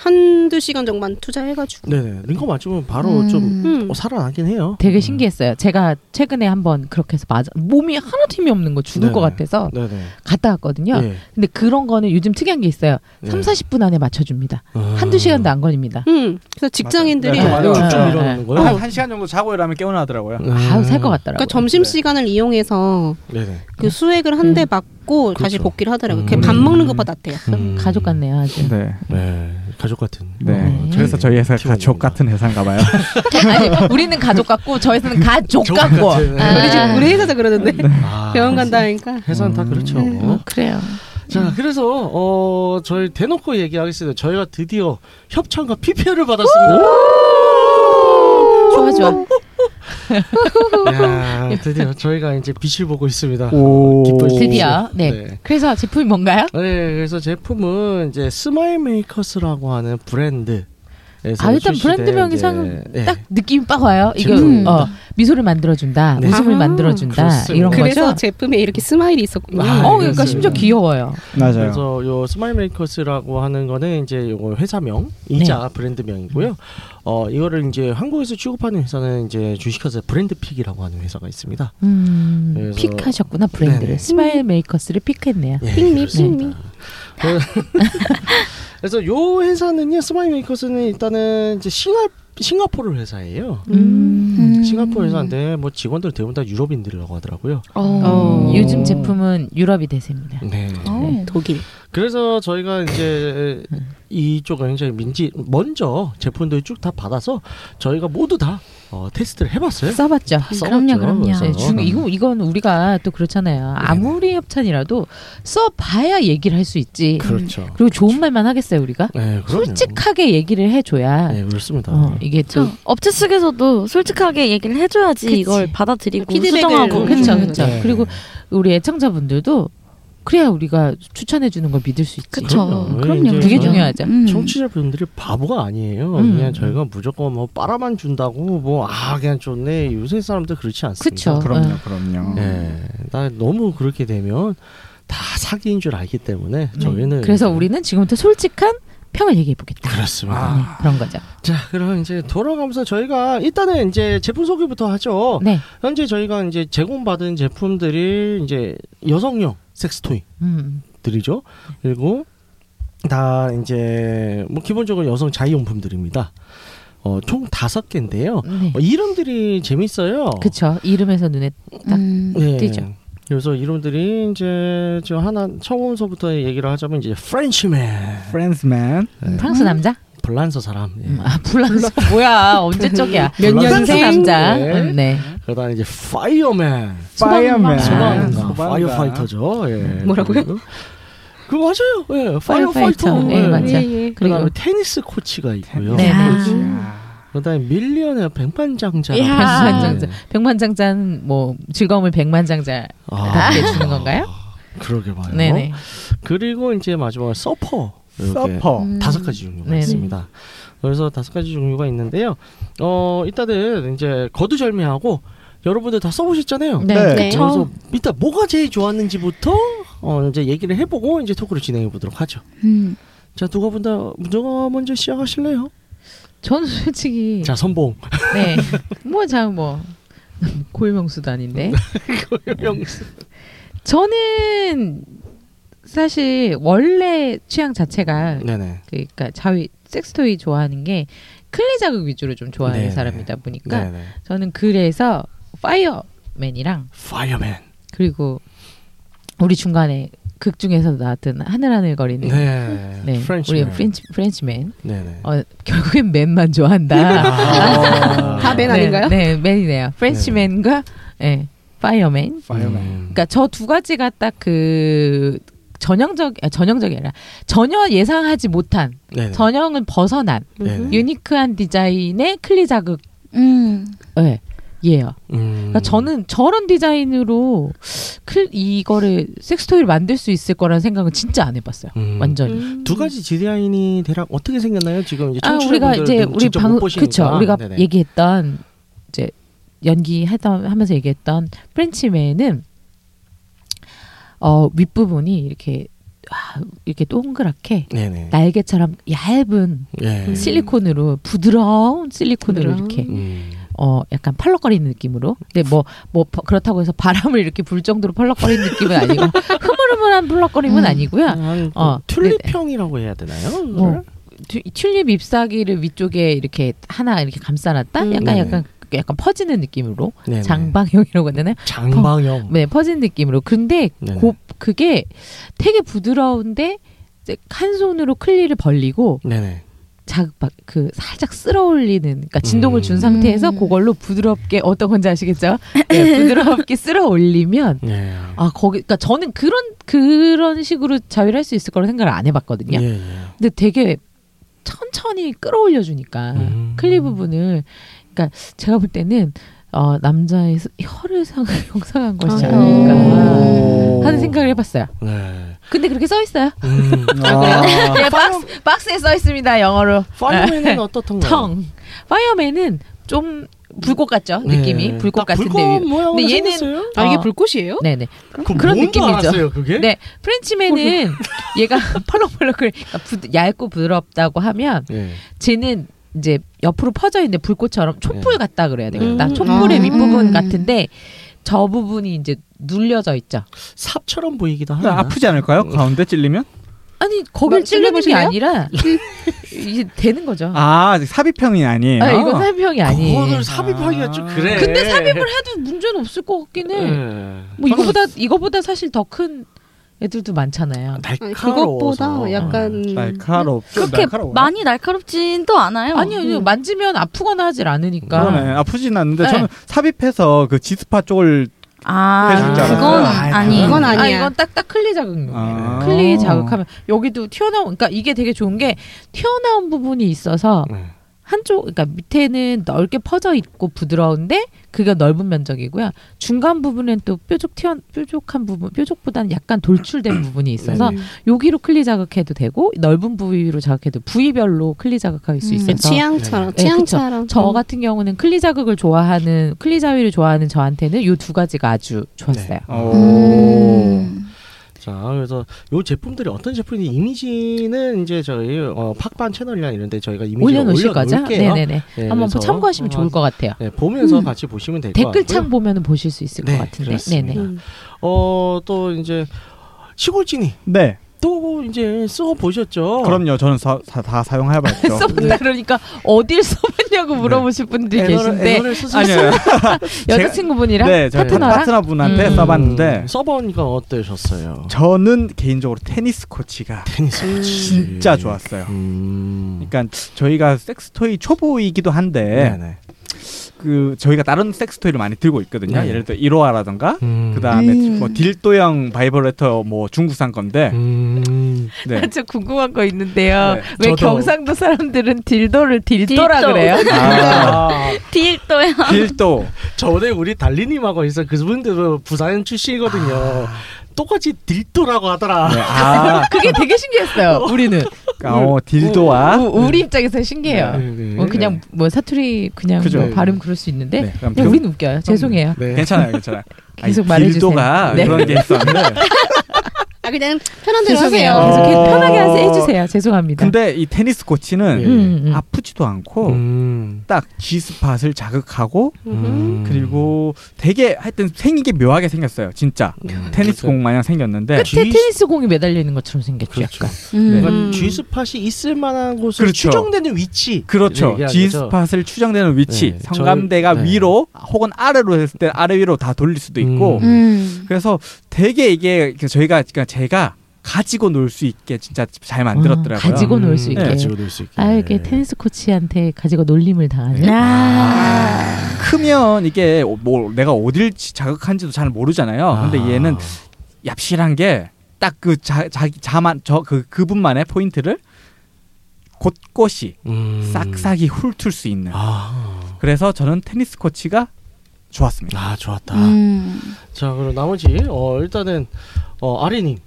한두 시간 정도만 투자해가지고. 네네. 링거 맞으면 바로 좀 음. 어, 살아나긴 해요. 음. 되게 신기했어요. 제가 최근에 한번 그렇게 해서 맞아 몸이 하나도 힘이 없는 거 죽을 네. 것 같아서 네네. 갔다 왔거든요. 예. 근데 그런 거는 요즘 특이한 게 있어요. 네. 3, 40분 안에 맞춰줍니다. 아. 한두 시간도 안 걸립니다. 음. 그래서 직장인들이 네, 맞아요. 쭉 네. 좀 일어나는 거예요. 한, 한 시간 정도 자고 일하면 깨어나더라고요. 아우, 살 것 같더라고요. 그러니까 점심 시간을 이용해서 네네. 그 수액을 한 대 맞고 다시 그렇죠. 복귀를 하더라고요. 음. 그게 밥 먹는 것보다 낫대요. 음. 가족 같네요, 아주. 네. 네. 가족 같은. 네. 음. 네. 그래서 저희 회사 가족 키워줍니다. 같은 회사인가 봐요. 아니, 우리는 가족 같고 저희는 가족 가족 같고. 같아요. 아, 우리 집 우리 회사도 그러던데 아, 병원 간다니까. 회사는 다 그렇죠. 음, 어, 그래요. 자, 그래서 어 저희 대놓고 얘기하겠습니다. 저희가 드디어 협찬과 PPL을 받았습니다. 좋아 좋아. 야, 드디어 저희가 이제 빛을 보고 있습니다. 오. 기쁘시죠? 드디어 네. 네. 그래서 제품이 뭔가요? 네, 그래서 제품은 이제 스마일 메이커스라고 하는 브랜드. 아 일단 브랜드명이 참 딱 느낌이 빡 와요. 이거 예. 제품. 어, 미소를 만들어준다, 네. 웃음을 아, 만들어준다 그렇습니다. 이런 그래서 거죠. 제품에 이렇게 스마일이 있었군요. 아, 어, 그렇습니다. 그러니까 심지어 귀여워요. 맞아요. 그래서 요 스마일 메이커스라고 하는 거는 이제 요거 네. 회사명이자 음. 브랜드명이고요. 어 이거를 이제 한국에서 취급하는 회사는 이제 주식회사 브랜드픽이라고 하는 회사가 있습니다. 음, 그래서- 픽하셨구나 브랜드를 네네. 스마일 메이커스를 픽했네요. 예, 핑미, 그렇습니다. 그, 핑미. 그래서 요 회사는요 스마일 메이커스는 일단은 이제 싱가 싱가포르 회사예요. 음. 음. 싱가포르 회사인데 뭐 직원들 대부분 다 유럽인들이라고 하더라고요. 어. 어. 요즘 제품은 유럽이 대세입니다. 네. 어. 독일. 그래서 저희가 이제 이쪽은 이제 민지 먼저 제품들 쭉 다 받아서 저희가 모두 다 어, 테스트를 해봤어요. 써봤죠. 다 아, 써봤죠. 그럼요, 아, 그럼요. 그래서. 네, 중, 이거 이건 우리가 또 그렇잖아요. 네. 아무리 협찬이라도 써봐야 얘기를 할 수 있지. 그렇죠. 그리고 좋은 말만 하겠어요 우리가. 네, 그럼요. 솔직하게 얘기를 해줘야 네, 그렇습니다. 어, 이게 또 저 업체 측에서도 솔직하게 얘기를 해줘야지 그치. 이걸 받아들이고 피드백을 수정하고 그쵸, 그렇죠, 음. 그렇죠. 네. 그리고 우리 애청자분들도 그래야 우리가 추천해 주는 걸 믿을 수 있지. 그쵸. 그럼요. 그럼요. 이제 되게 중요하죠. 음. 청취자분들이 바보가 아니에요. 음. 그냥 저희가 무조건 뭐 빨아만 준다고 뭐 아 그냥 좋네. 요새 사람들 그렇지 않습니다. 그쵸. 그럼요, 그럼요. 네. 예, 나 너무 그렇게 되면 다 사기인 줄 알기 때문에 저희는 음. 그래서 우리는 지금부터 솔직한 평을 얘기해 보겠다. 그렇습니다. 네, 그런 거죠. 자, 그럼 이제 돌아가면서 저희가 일단은 이제 제품 소개부터 하죠. 네. 현재 저희가 이제 제공받은 제품들이 이제 여성용 섹스토이 음. 들이죠. 그리고 다 이제 뭐 기본적으로 여성 자의용품들입니다. 어, 총 다섯 개인데요. 네. 어, 이름들이 재밌어요. 예. 그쵸. 이름에서 눈에 음. 뜨죠. 그래서 이름들이 이제 저 하나 처음서부터 얘기를 하자면 이제 프렌치맨, 프렌즈맨. 네. 음. 프랑스 남자? 불란서 사람. 예. 음, 아, 불란서 뭐야? 언제 쪽이야? 몇 프랑스 년생? 남자. 네. 음, 네. 그다음 이제 파이어맨. 아, 파이어맨. 음. 소방인가 파이어파이터죠. 예. 뭐라고요? 그리고. 그거 맞아요. 예, 파이어파이터. 파이어파이터. 예, 맞아요. 예, 예. 그다음에 그리고 테니스 코치가 있고요. 네. 아, 그다음에 밀리언의 백만장자. 야. 백만장자. 네. 백만장자는 뭐 즐거움을 백만장자답게 아, 주는 건가요? 그러게 봐요. 네네. 그리고 이제 마지막 서퍼. 이렇게 서퍼. 음. 다섯 가지 종류가 네네. 있습니다. 그래서 다섯 가지 종류가 있는데요. 어, 일단은 이제 거두절미하고 여러분들 다 써보셨잖아요. 네. 네. 네. 그래서 일단 뭐가 제일 좋았는지부터 어, 이제 얘기를 해보고 이제 토크를 진행해 보도록 하죠. 음. 자 누가 본다 문정아 먼저 시작하실래요? 저는 솔직히 자 선봉 네. 뭐, 자, 뭐. 고유명수도 아닌데. 명수 저는 사실 원래 취향 자체가 네네 그러니까 자위 섹스토이 좋아하는 게 클리 자극 위주로 좀 좋아하는 네네. 사람이다 보니까 네네 저는 그래서 파이어맨이랑 파이어맨 그리고 우리 중간에 극 중에서 나왔던 하늘하늘거리는 네. 네, 우리 프렌치맨 프렌치 프렌치맨 네네 어, 결국엔 맨만 좋아한다. 다 맨 네, 아닌가요? 네, 맨이네요. 프렌치맨과 네, 파이어맨 파이어맨. 음. 그러니까 저 두 가지가 딱 그 전형적 아, 전형적이 아니라 전혀 예상하지 못한 네네 전형은 벗어난 음. 네네. 유니크한 디자인의 클리 자극 음. 예. 예요. 음. 그러니까 저는 저런 디자인으로 클 이거를 섹스토이를 만들 수 있을 거라는 생각은 진짜 안 해봤어요. 음. 완전히. 두 가지 디자인이 대략 어떻게 생겼나요? 지금 이제 아 우리가 청취자분들은 이제 우리 직접 방 못 보시니까. 그쵸 우리가 네네. 얘기했던 이제 연기하다 하면서 얘기했던 프렌치맨은 어 윗부분이 이렇게 아, 이렇게 동그랗게 네네 날개처럼 얇은 네. 실리콘으로 부드러운 실리콘으로 부드러운. 이렇게 음. 어 약간 펄럭거리는 느낌으로 근데 뭐 뭐 그렇다고 해서 바람을 이렇게 불 정도로 펄럭거리는 느낌은 아니고 흐물흐물한 펄럭거림은 음. 아니고요 아, 어, 튤립형이라고 해야 되나요? 뭐 튜- 튤립 잎사귀를 위쪽에 이렇게 하나 이렇게 감싸놨다 음. 약간 네네. 약간 약간 퍼지는 느낌으로 네네. 장방형이라고 해야 되나요? 장방형 네 퍼지는 느낌으로 근데 네네. 곱 그게 되게 부드러운데 이제 한 손으로 클리를 벌리고 네네 자극 그 살짝 쓸어올리는 그러니까 진동을 준 음. 상태에서 음. 그걸로 부드럽게 어떤 건지 아시겠죠? 네, 부드럽게 쓸어올리면 네. 아 거기 그러니까 저는 그런 그런 식으로 자위를 할 수 있을 거라 생각을 안 해봤거든요. 예, 예. 근데 되게 천천히 끌어올려 주니까 음. 클리 부분을 그러니까 제가 볼 때는 어, 남자의 스- 혀를 상- 형상한 것이 아. 아닐까 오. 하는 생각을 해봤어요. 네. 근데 그렇게 써 있어요. 음. 아, 예, 박스, 박스에 써 있습니다. 영어로. 네. 파이어맨은 어떻던가요? 텅. 파이어맨은 좀 불꽃 같죠? 네. 느낌이 불꽃 딱 같은데. 불꽃 위- 모양으로 근데 얘는- 생겼어요? 아, 이게 어. 불꽃이에요? 네네. 그 그런 느낌이죠. 알았어요, 그게? 네. 프렌치맨은 얘가 펄럭펄럭 그러니까 부, 얇고 부드럽다고 하면 예. 쟤는 이제 옆으로 퍼져 있는 불꽃처럼 촛불 네. 같다 그래야 되겠다. 음. 촛불의 아. 윗부분 같은데 저 부분이 이제 눌려져 있죠. 삽처럼 보이기도 네, 근데 하나. 아프지 않을까요? 음. 가운데 찔리면? 아니 거길 막 찔리는 게 찔러보실래요? 아니라 이게 되는 거죠. 아, 아 삽입형이 아니에요. 이건 설명이 아니에요. 그거를 삽입하기가 좀 그래. 근데 삽입을 해도 문제는 없을 것 같긴 해. 뭐 이거보다 이거보다 사실 더 큰 애들도 네. 많잖아요. 아니, 날카로워. 그것보다 약간 날카롭죠. 그렇게 날카로워요. 많이 날카롭진 또 않아요. 아니요, 아니요. 음. 만지면 아프거나 하질 않으니까. 그러네. 아프진 않는데 네. 저는 삽입해서 그 지스파 쪽을 아, 해줄 줄 알았어요. 그건 네, 아이, 아니. 그건 아, 아니야. 이건 딱딱 클리 자극용이에요. 아. 클리 자극하면 여기도 튀어나온 그러니까 이게 되게 좋은 게 튀어나온 부분이 있어서 네. 한쪽 그러니까 밑에는 넓게 퍼져 있고 부드러운데 그게 넓은 면적이고요. 중간 부분엔 또 뾰족 튀어 뾰족한 부분 뾰족보다는 약간 돌출된 부분이 있어서 네. 음. 여기로 클리 자극해도 되고 넓은 부위로 자극해도 부위별로 클리 자극할 수 음. 있어서 취향처럼 네, 취향처럼 음. 저 같은 경우는 클리 자극을 좋아하는 클리 자위를 좋아하는 저한테는 요 두 가지가 아주 네. 좋았어요. 오. 음. 자, 그래서 요 제품들이 어떤 제품인지 이미지는 이제 저희 어, 팟빵 채널이나 이런 데 저희가 이미지 올려놓으실 거죠? 네네네. 네, 한번 그래서, 참고하시면 좋을 것 같아요. 네, 보면서 음. 같이 보시면 될 것 같고요. 댓글창 보면은 보실 수 있을 예, 그 네, 것 같은데. 그렇습니다. 네네. 음. 어, 또 이제 시골진이 네. 또 이제 써 보셨죠? 그럼요. 저는 사, 사, 다 사용해봤죠. 써본다 그러니까 어딜 써봤냐고 물어보실 분들이 네. 애너를, 계신데 애너를 스스로 아니요. 여자친구분이랑 네, 저희 파트너랑 파트너분한테 음. 써봤는데 써보니까 어떠셨어요? 저는 개인적으로 테니스 코치가 테니스 음. 코치. 진짜 좋았어요. 음. 그러니까 저희가 섹스토이 초보이기도 한데 네네. 그 저희가 다른 섹스토이를 많이 들고 있거든요. 네. 예를 들어 일호아라던가 음. 그다음에 음. 뭐 딜도형 바이브레터 뭐 중국산 건데 음. 네. 저 궁금한 거 있는데요. 네, 왜 저도- 경상도 사람들은 딜도를 딜도라 딜도. 그래요? 아, 딜도야. 딜도 전에 우리 달리님하고 있어 그분들도 부산 출신이거든요. 아. 똑같이 딜도라고 하더라. 네, 아, 그게 되게 신기했어요. 우리는 음. 어, 딜도와 우- 우리 입장에서 신기해요. 네, 네. 뭐 그냥 뭐 사투리 그냥 그죠. 뭐 발음 그럴 수 있는데 네, 그럼 그냥 우리는 웃겨요. 죄송해요. 네. 괜찮아요, 괜찮아요. 아니, 음. 계속 말해주세요. 딜도가 네. 그런 게 있었는데, 아 그냥 편한 대로 죄송해요. 하세요. 계속 어. 편하게 하세- 해주세요. 죄송합니다. 근데 이 테니스 코치는 예. 음, 음. 아프지도 않고 음. 딱 G 스팟을 자극하고 음. 그리고 되게 하여튼 생기게 묘하게 생겼어요, 진짜 음. 테니스 공 마냥 생겼는데 끝에 G- 테니스 공이 매달려 있는 것처럼 생겼죠. 그렇죠. 약간. 음. 그러니까 G스팟이 있을 만한 곳으로 네. 그렇죠. 추정되는 위치. 그렇죠. 이렇게 G 얘기하죠. 스팟을 추정되는 위치, 네, 성감대가 저희- 네. 위로 혹은 아래로 했을 때 아래 위로 다 돌릴 수도 있고. 음. 음. 그래서 되게 이게 저희가 그러니까 제가 가지고 놀 수 있게 진짜 잘 만들었더라고요. 음, 아, 가지고- 놀수 있게. 가지고 놀 네, 수 있게. 아 이게 테니스 코치한테 가지고 놀림을 당하는. 네. 아. 크면 이게 뭐 내가 어딜 지- 자극한지도 잘 모르잖아요. 근데 얘는 얍실한 게 딱 그 자기 자만 저 그 그분만의 포인트를 곳곳이 음. 싹싹이 훑을 수 있는. 아. 그래서 저는 테니스 코치가 좋았습니다. 아 좋았다. 음. 자 그럼 나머지 어 일단은 어 아리님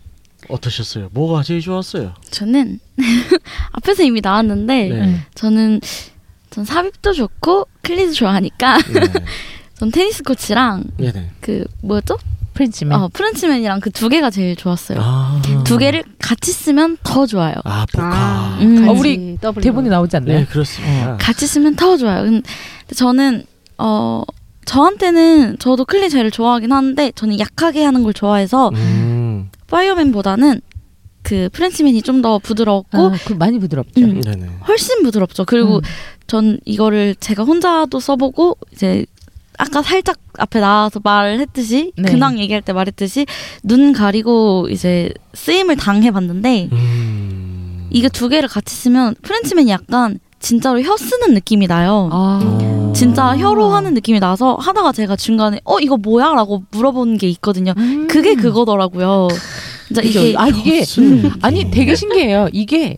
어떠셨어요? 뭐가 제일 좋았어요? 저는 앞에서 이미 나왔는데 네. 저는 전 삽입도 좋고 클리도 좋아하니까 네. 예, 전 테니스 코치랑 네네. 그 뭐였죠? 프렌치맨. 어, 프렌치맨이랑 그 두 개가 제일 좋았어요. 아. 두 개를 같이 쓰면 더 좋아요. 아 보카. 아, 음. 같이 어, 우리 더블로. 대본에 나오지 않나요? 네 그렇습니다. 같이 쓰면 더 좋아요. 근데 저는 어 저한테는 저도 클리 제일 좋아하긴 하는데 저는 약하게 하는 걸 좋아해서 음. 파이어맨보다는 그 프렌치맨이 좀 더 부드럽고 아, 그 많이 부드럽죠. 음. 네네. 훨씬 부드럽죠. 그리고 음. 전 이거를 제가 혼자도 써보고 이제 아까 살짝 앞에 나와서 말했듯이 네. 근황 얘기할 때 말했듯이 눈 가리고 이제 쓰임을 당해봤는데 음. 이게 두 개를 같이 쓰면 프렌치맨이 약간 진짜로 혀 쓰는 느낌이 나요. 아. 진짜 혀로 하는 느낌이 나서 하다가 제가 중간에 어 이거 뭐야라고 물어본 게 있거든요. 음. 그게 그거더라고요. 진짜 이게 아 이게 음. 아니 되게 신기해요. 이게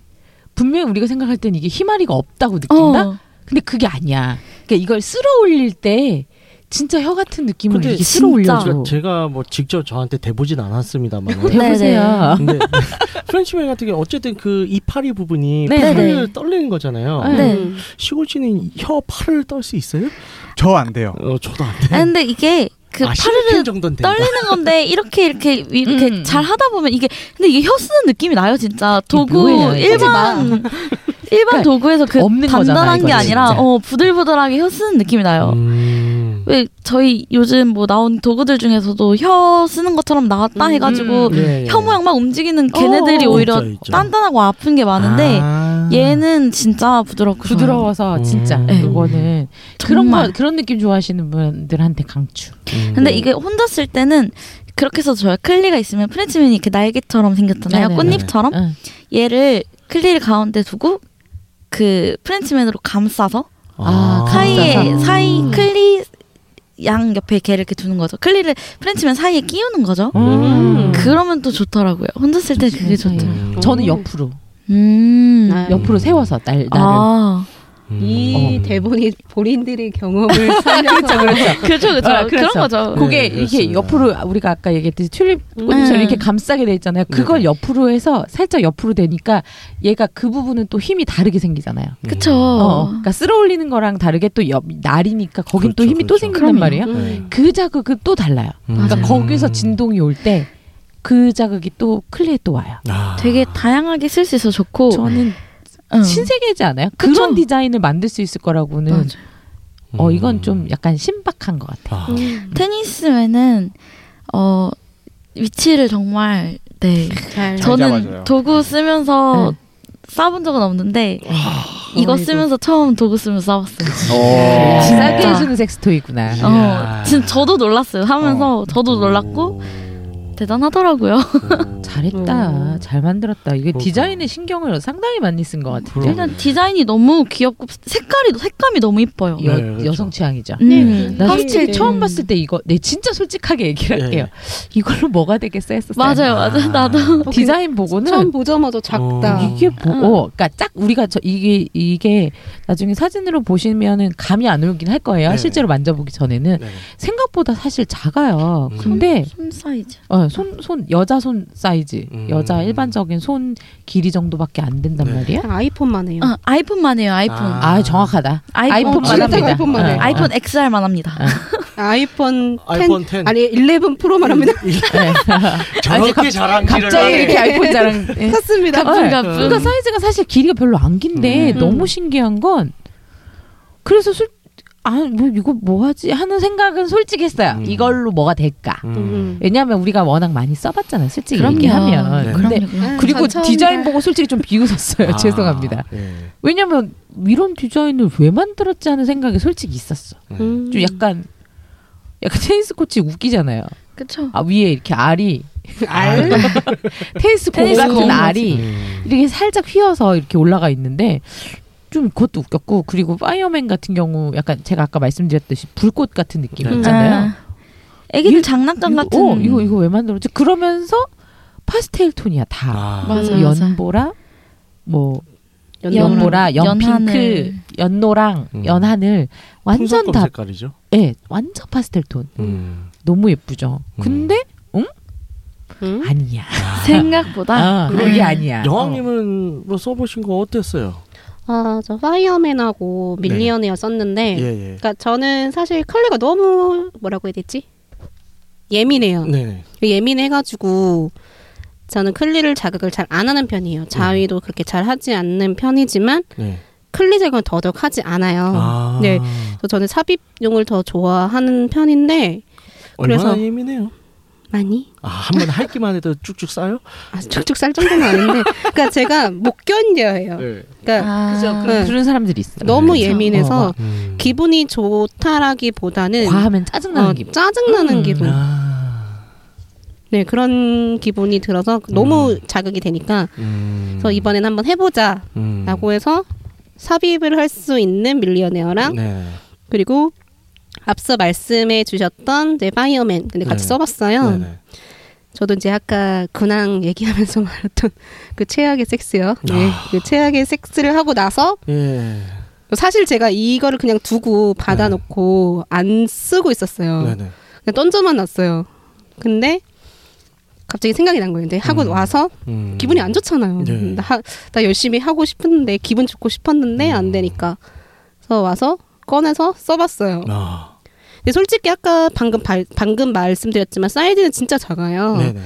분명 히 우리가 생각할 땐 이게 희마리가 없다고 느낀다. 어, 근데 그게 아니야. 그러니까 이걸 쓸어 올릴 때 진짜 혀 같은 느낌으로 근데 이렇게 쓸어 그렇죠. 진짜. 올려줘. 제가 뭐 직접 저한테 대보진 아, 않았습니다만. 대보세요. 근데 프렌치맨 같은 경우 어쨌든 그 이파리 부분이 네, 팔을 네. 떨리는 거잖아요. 네. 음. 시골 씨는 혀 팔을 떨 수 있어요? 아. 저 안 돼요. 어, 저도 안 돼. 아 근데 이게 그 아, 파르르 팔을 정도는 된다. 떨리는 건데 이렇게 이렇게 위- 이렇게 음. 잘 하다 보면 이게 근데 이게 혀 쓰는 느낌이 나요 진짜 도구 뭐예요, 이거? 그러니까 일반 일반 도구에서 그 없는 거잖아, 단단한 이거는 게 아니라 진짜. 어 부들부들하게 혀 쓰는 느낌이 나요. 음. 왜 저희 요즘 뭐 나온 도구들 중에서도 혀 쓰는 것처럼 나왔다 해가지고 음. 네. 예, 예. 혀 모양 막 움직이는 걔네들이 어, 어, 오히려 있죠, 있죠. 단단하고 아픈 게 많은데 아. 예. 얘는 진짜 부드럽고 좋아요. 부드러워서 음. 진짜 네. 이거는 그런 정말. 거 그런 느낌 좋아하시는 분들한테 강추. 음. 네. 근데 이게 혼자 쓸 때는 그렇게 해서 저요 클리가 있으면 프렌치맨이 이렇게 날개처럼 생겼잖아요 네네네. 꽃잎처럼 응. 얘를 클리를 가운데 두고 그 프렌치맨으로 감싸서 아, 사이에 감싸서. 사이 클리 양 옆에 걔를 이렇게 두는 거죠 클리를 프렌치맨 사이에 끼우는 거죠 음. 그러면 또 좋더라고요 혼자 쓸 때 그게 좋더라고요 음. 저는 옆으로 음. 아. 옆으로 세워서 날 나를 아, 이 음. 대본이 본인들의 경험을 살려서 음. 그렇죠, 그렇죠. 아, 그런 그렇죠. 거죠. 그- 그게 네, 이게 그렇습니다. 옆으로 우리가 아까 얘기했듯이 튤립 꽃처럼 음. 이렇게 감싸게 돼 있잖아요. 그걸 옆으로 해서 살짝 옆으로 되니까 얘가 그 부분은 또 힘이 다르게 생기잖아요. 음. 그쵸. 어, 그러니까 쓸어 올리는 거랑 다르게 또 옆, 날이니까 거긴 또 그렇죠, 힘이 또 그렇죠. 음. 생긴단 그럼요. 말이에요. 네. 그 자극은 또 달라요. 그러니까 맞아요. 거기서 진동이 올 때 그 자극이 또 클리에 또 와요. 아. 되게 다양하게 쓸 수 있어 서 좋고. 저는 응. 신세계지 않아요? 그쵸. 음. 그런 디자인을 만들 수 있을 거라고는 맞아요. 어 이건 좀 약간 신박한 것 같아요. 음. 그, 아. 음. 테니스맨은 어 위치를 정말 네. 잘 저- 저는 잡아줘요. 도구 쓰면서 네. 싸본 적은 없는데 이거 쓰면서 처음 도구 쓰면서 싸봤어요. 아. 오. 싸게 해주는 섹스토이구나. 어. 이야. 어, 진짜 저도 놀랐어요. 하면서 저도 놀랐고 대단하더라고요. 잘했다. 음. 잘 만들었다. 이게 그렇구나. 디자인에 신경을 상당히 많이 쓴 것 같아요. 일단 디자인이 너무 귀엽고 색깔이 색감이 너무 이뻐요. 여, 네, 그렇죠. 여성 취향이죠. 음. 예. 나 사실 사실 네. 처음 봤을 때 이거 내 진짜 솔직하게 얘기를 예. 할게요. 네, 이걸로 뭐가 되겠어 했었어요. 맞아요, 맞아요. 나도 디자인 보고는 처음 보자마자 작다. 어. 이게 음. 뭐, 어, 그러니까 딱 우리가 저 이게 이게 나중에 사진으로 보시면은 감이 안 오긴 할 거예요. 네네. 실제로 만져보기 전에는 네. 생각보다 사실 작아요. 음. 근데 손 사이즈. 어, 손, 손, 여자 손 사이즈, 음. 여자 일반적인 손 길이 정도밖에 안 된단 네. 말이에요. 아이폰만 해요. 아, 아이폰만 해요. 아이폰. 아. 아, 정확하다. 아이폰. 네. 아이폰만 진짜 합니다. 아이폰만 해요. 어, 어. 아이폰 XR만 합니다. 아이폰 10 아이폰 10. 아니 11 프로만 음. 합니다. 네. 저렇게 갑- 잘한 길을 갑자기 하네. 이렇게 아이폰 자랑. 예. 샀습니다. 네. 어, 갑분. 그러니까 사이즈가 사실 길이가 별로 안 긴데 음. 너무 신기한 건 그래서 술 아, 뭐 이거 뭐 하지 하는 생각은 솔직히 했어요. 음. 이걸로 뭐가 될까? 음. 왜냐하면 우리가 워낙 많이 써봤잖아요. 솔직히 그럼요. 얘기하면. 네. 근데 음. 아, 그럼요, 그럼요. 그리고 감사합니다. 디자인 보고 솔직히 좀 비웃었어요. 아. 죄송합니다. 예. 왜냐면 이런 디자인을 왜 만들었지 하는 생각이 솔직히 있었어. 네. 음. 좀 약간 약간 테니스 코치 웃기잖아요. 그쵸. 아 위에 이렇게 알이 알? 테니스 공 테니스 같은 공. 알이 음. 이렇게 살짝 휘어서 이렇게 올라가 있는데 좀 그것도 웃겼고 그리고 파이어맨 같은 경우 약간 제가 아까 말씀드렸듯이 불꽃 같은 느낌 네. 있잖아요. 아. 애기들 이거- 장난감 이거, 같은. 어, 이거 이거 왜 만들었지? 그러면서 파스텔 톤이야 다. 아. 맞아, 음, 맞아. 연보라 뭐 연노랑. 연보라 연핑크 연하늘. 연노랑 음. 연하늘 완전 풍선껌 다 색깔이죠. 예, 완전 파스텔 톤. 음. 너무 예쁘죠. 음. 근데 음? 아니야. 생각보다 어, 그게 아니야. 어. 음. 여왕님은 뭐 써보신 거 어땠어요? 아, 저 파이어맨하고 밀리언웨어 썼는데 네. 예예. 그러니까 저는 사실 컬러가 너무 뭐라고 해야 되지? 예민해요. 네네. 예민해가지고 저는 클리를 자극을 잘 안 하는 편이에요. 자위도 그렇게 잘 하지 않는 편이지만 네. 클리 자극은 더더욱 하지 어. 않아요. 아. 네. 그래서 저는 삽입용을 더 좋아하는 편인데 얼마나 그래서- 예민해요? 많이 아, 한번 할기만 해도 쭉쭉 싸요? 아, 쭉쭉 쌀 정도는 아닌데 그러니까 제가 못 어, 견뎌요. 네. 그러니까 아. 그죠. 그, 네. 그런 사람들이 있어. 너무 그렇죠. 예민해서 어, 음. 기분이 좋다라기보다는 과하면 짜증나는 어, 기분. 짜증나는 음. 기분. 아. 네 그런 기분이 들어서 너무 자극이 되니까 음. 그래서 이번엔 한번 해보자라고 음. 해서 삽입을 할 수 있는 밀리언웨어랑 네. 그리고 앞서 말씀해 주셨던 이제 파이어맨 근데 같이 네. 써봤어요. 네네. 저도 이제 아까 근황 얘기하면서 말했던 그 최악의 섹스요. 네, 아. 그 최악의 섹스를 하고 나서 예. 그 사실 제가 이거를 그냥 두고 받아놓고 안 쓰고 있었어요. 네. 네네. 그냥 던져만 놨어요. 근데 갑자기 생각이 난 거예요. 이제 하고 음. 와서 음. 기분이 안 좋잖아요. 네. 나, 하- 나 열심히 하고 싶은데 기분 좋고 싶었는데 음. 안 되니까. 그래서 와서 꺼내서 써봤어요. 아. 근데 솔직히 아까 방금 발- 방금 말씀드렸지만 사이즈는 진짜 어. 작아요. 네네.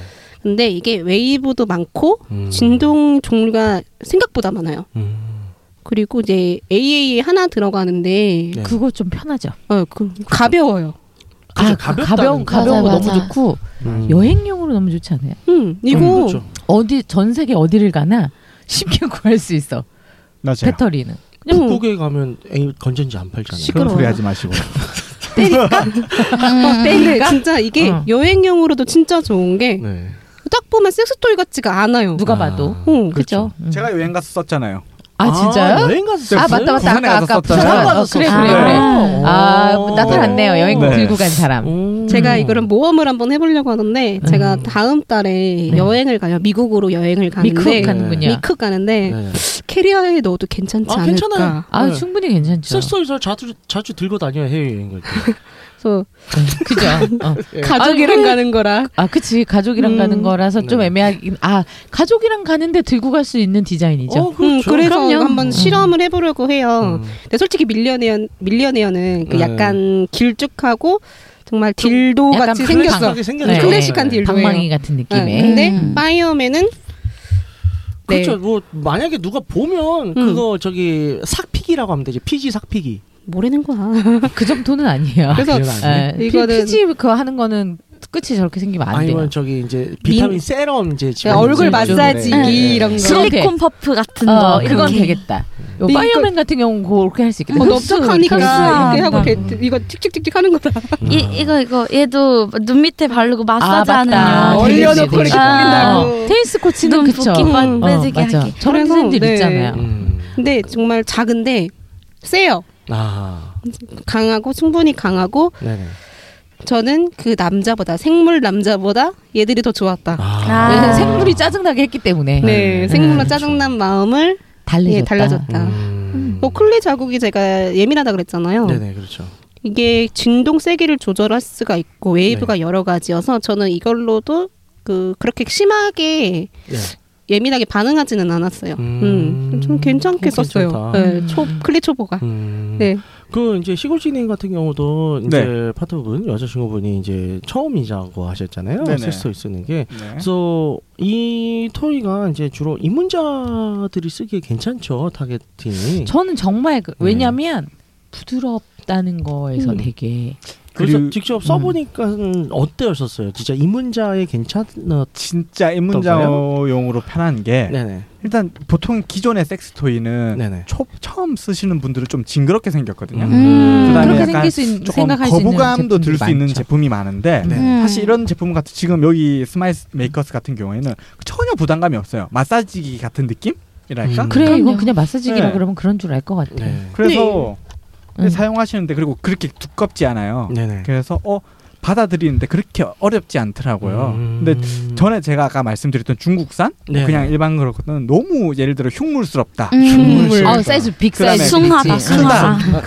근데 이게 웨이브도 많고 음. 진동 종류가 생각보다 많아요. 음. 그리고 이제 AA 하나 들어가는데 네. 그거 좀 편하죠. 어, 그, 가벼워요. 그죠, 아, 가볍다는 가벼운 거. 가벼운 거 맞아, 너무 맞아. 좋고 음. 여행용으로 너무 좋지 않아요? 음, 이거 음, 그렇죠. 어디 전 세계 어디를 가나 쉽게 구할 수 있어. 맞아요. 배터리는. 음, 북극에 가면 에이, 건전지 안 팔잖아요. 시끄- 그런 소리 시끄러워요. 하지 마시고. 근데 아, 네, 진짜 이게 음. 어. 여행용으로도 진짜 좋은 게 딱 네. 보면 섹스토이 같지가 않아요. 어, 누가 아. 봐도. 응. 그죠? 음. 제가 여행 가서 썼잖아요. 아 진짜요? 여행 가서 아, 썼어요? 맞다 맞다 부산에 아까 가서 아까 썼잖아요. 부산 어, 부산 그래 가서 그래 썼어요. 그래. 네. 아 오. 나타났네요. 여행 네. 들고 간 사람. 음. 제가 이거를 뭐, 모험을 한번 해보려고 하는데 제가 다음 달에 여행을 가요. 미국으로 여행을 가는데 미국 가는군요. 미국 가는데 네. 캐리어에 넣어도 괜찮지 아, 않을까. 괜찮아요. 아 네. 충분히 괜찮죠. 섹스토이를 자주 자주 들고 다녀요 해외 여행 갈 때. 그래서 그죠. 어. 네. 가족이랑 아니, 가는 거라. 아 그치 가족이랑 음. 가는 거라서 좀 네. 애매하긴. 아 가족이랑 가는데 들고 갈 수 있는 디자인이죠. 어, 음, 그렇죠. 그래서 그럼요. 한번 음. 실험을 해보려고 해요. 음. 근데 솔직히 밀리어네어 밀리어네어는 그 네. 약간 길쭉하고 정말 딜도 약간 같이 클래식 생겼어. 방망이 생겼죠. 네. 클래식한 딜도예요. 방망이 같은 네, 느낌의. 근데 음. 파이어맨은 네. 그렇죠. 뭐 만약에 누가 음. 보면 그거 저기 삭피기라고 하면 되지. 피지 삭피기. 모르는 거야. 그 정도는 아니에요. 그래서 그건 아니에요? 예, 피- 네. 이거는- 피지 그거 하는 거는 끝이 저렇게 생기면 안 돼요. 아니면 저기 이제 비타민 민- 세럼 이제 집에 그냥 얼굴 있는 거. 마사지기 네. 이런 거. 그런 게- 실리콘 퍼프 같은 어, 거. 그건 이렇게. 되겠다. 요 근데 파이어맨 같은 경우는 그렇게 할 수 있겠다. 네. 어, 흡수, 넓적하니까 흡수. 이렇게 하고 음. 게, 이거 틱틱틱틱 하는 거다. 이, 이거 이거 얘도 눈 밑에 바르고 마사지 아, 하는 맞다. 거. 되게 얼려놓고 되게 이렇게 아. 뿌린다고. 어. 테니스 코치는 눈 그쵸. 어, 붓기 빠- 음. 빠지게 하게. 저런 그래서, 선생님들 네. 있잖아요. 음. 근데 정말 작은데 세요. 아. 강하고 충분히 강하고 네네. 저는 그 남자보다 생물 남자보다 얘들이 더 좋았다. 아. 왜냐면 네. 생물이 짜증나게 했기 때문에 네, 네, 생물로 그렇죠. 짜증난 마음을 달라졌다. 예, 달라졌다. 음. 뭐 클레 자국이 제가 예민하다 그랬잖아요. 네네 그렇죠. 이게 진동 세기를 조절할 수가 있고 웨이브가 네. 여러 가지여서 저는 이걸로도 그 그렇게 심하게 예. 예민하게 반응하지는 않았어요. 음. 음, 좀 괜찮게 어, 썼어요. 괜찮다. 네, 음. 초 클레 초보가. 음. 네. 그 이제 시골지님 같은 경우도 이제 네. 파트분 여자친구분이 이제 처음이자고 하셨잖아요. 네네. 섹스토이 쓰는 게. 네. 그래서 이 토이가 이제 주로 입문자들이 쓰기에 괜찮죠 타겟팅이. 저는 정말 음. 그- 왜냐면 부드럽다는 거에서 음. 되게 그래서 그리고- 음. 직접 써보니까 음, 어때였었어요? 진짜 입문자에 괜찮았. 진짜 입문자용으로 편한 게 네네. 일단 보통 기존의 섹스토이는 네네. 초, 처음 쓰시는 분들은 좀 징그럽게 생겼거든요. 음. 음. 그다음에 네. 그렇게 약간 생길 수 있는 조금 생각할 수 있는 거부감도 들 수 제품들이 있는 많죠. 제품이 많은데 네. 음. 사실 이런 제품 같은 지금 여기 스마일 메이커스 같은 경우에는 전혀 부담감이 없어요. 마사지기 같은 느낌이랄까. 음. 그래 이건 그럼요. 그냥 마사지기라 네. 그러면 그런 줄 알 것 같아. 네. 그래서 음. 사용하시는데 그리고 그렇게 두껍지 않아요. 네네. 그래서 어 받아들이는데 그렇게 어렵지 않더라고요. 음. 근데 전에 제가 아까 말씀드렸던 중국산 네. 그냥 일반 그렇거든 너무 예를 들어 흉물스럽다 음. 음. 아 사이즈 빅 그다음에 사이즈 숭하다, 있지. 크다 숭하. 아이고,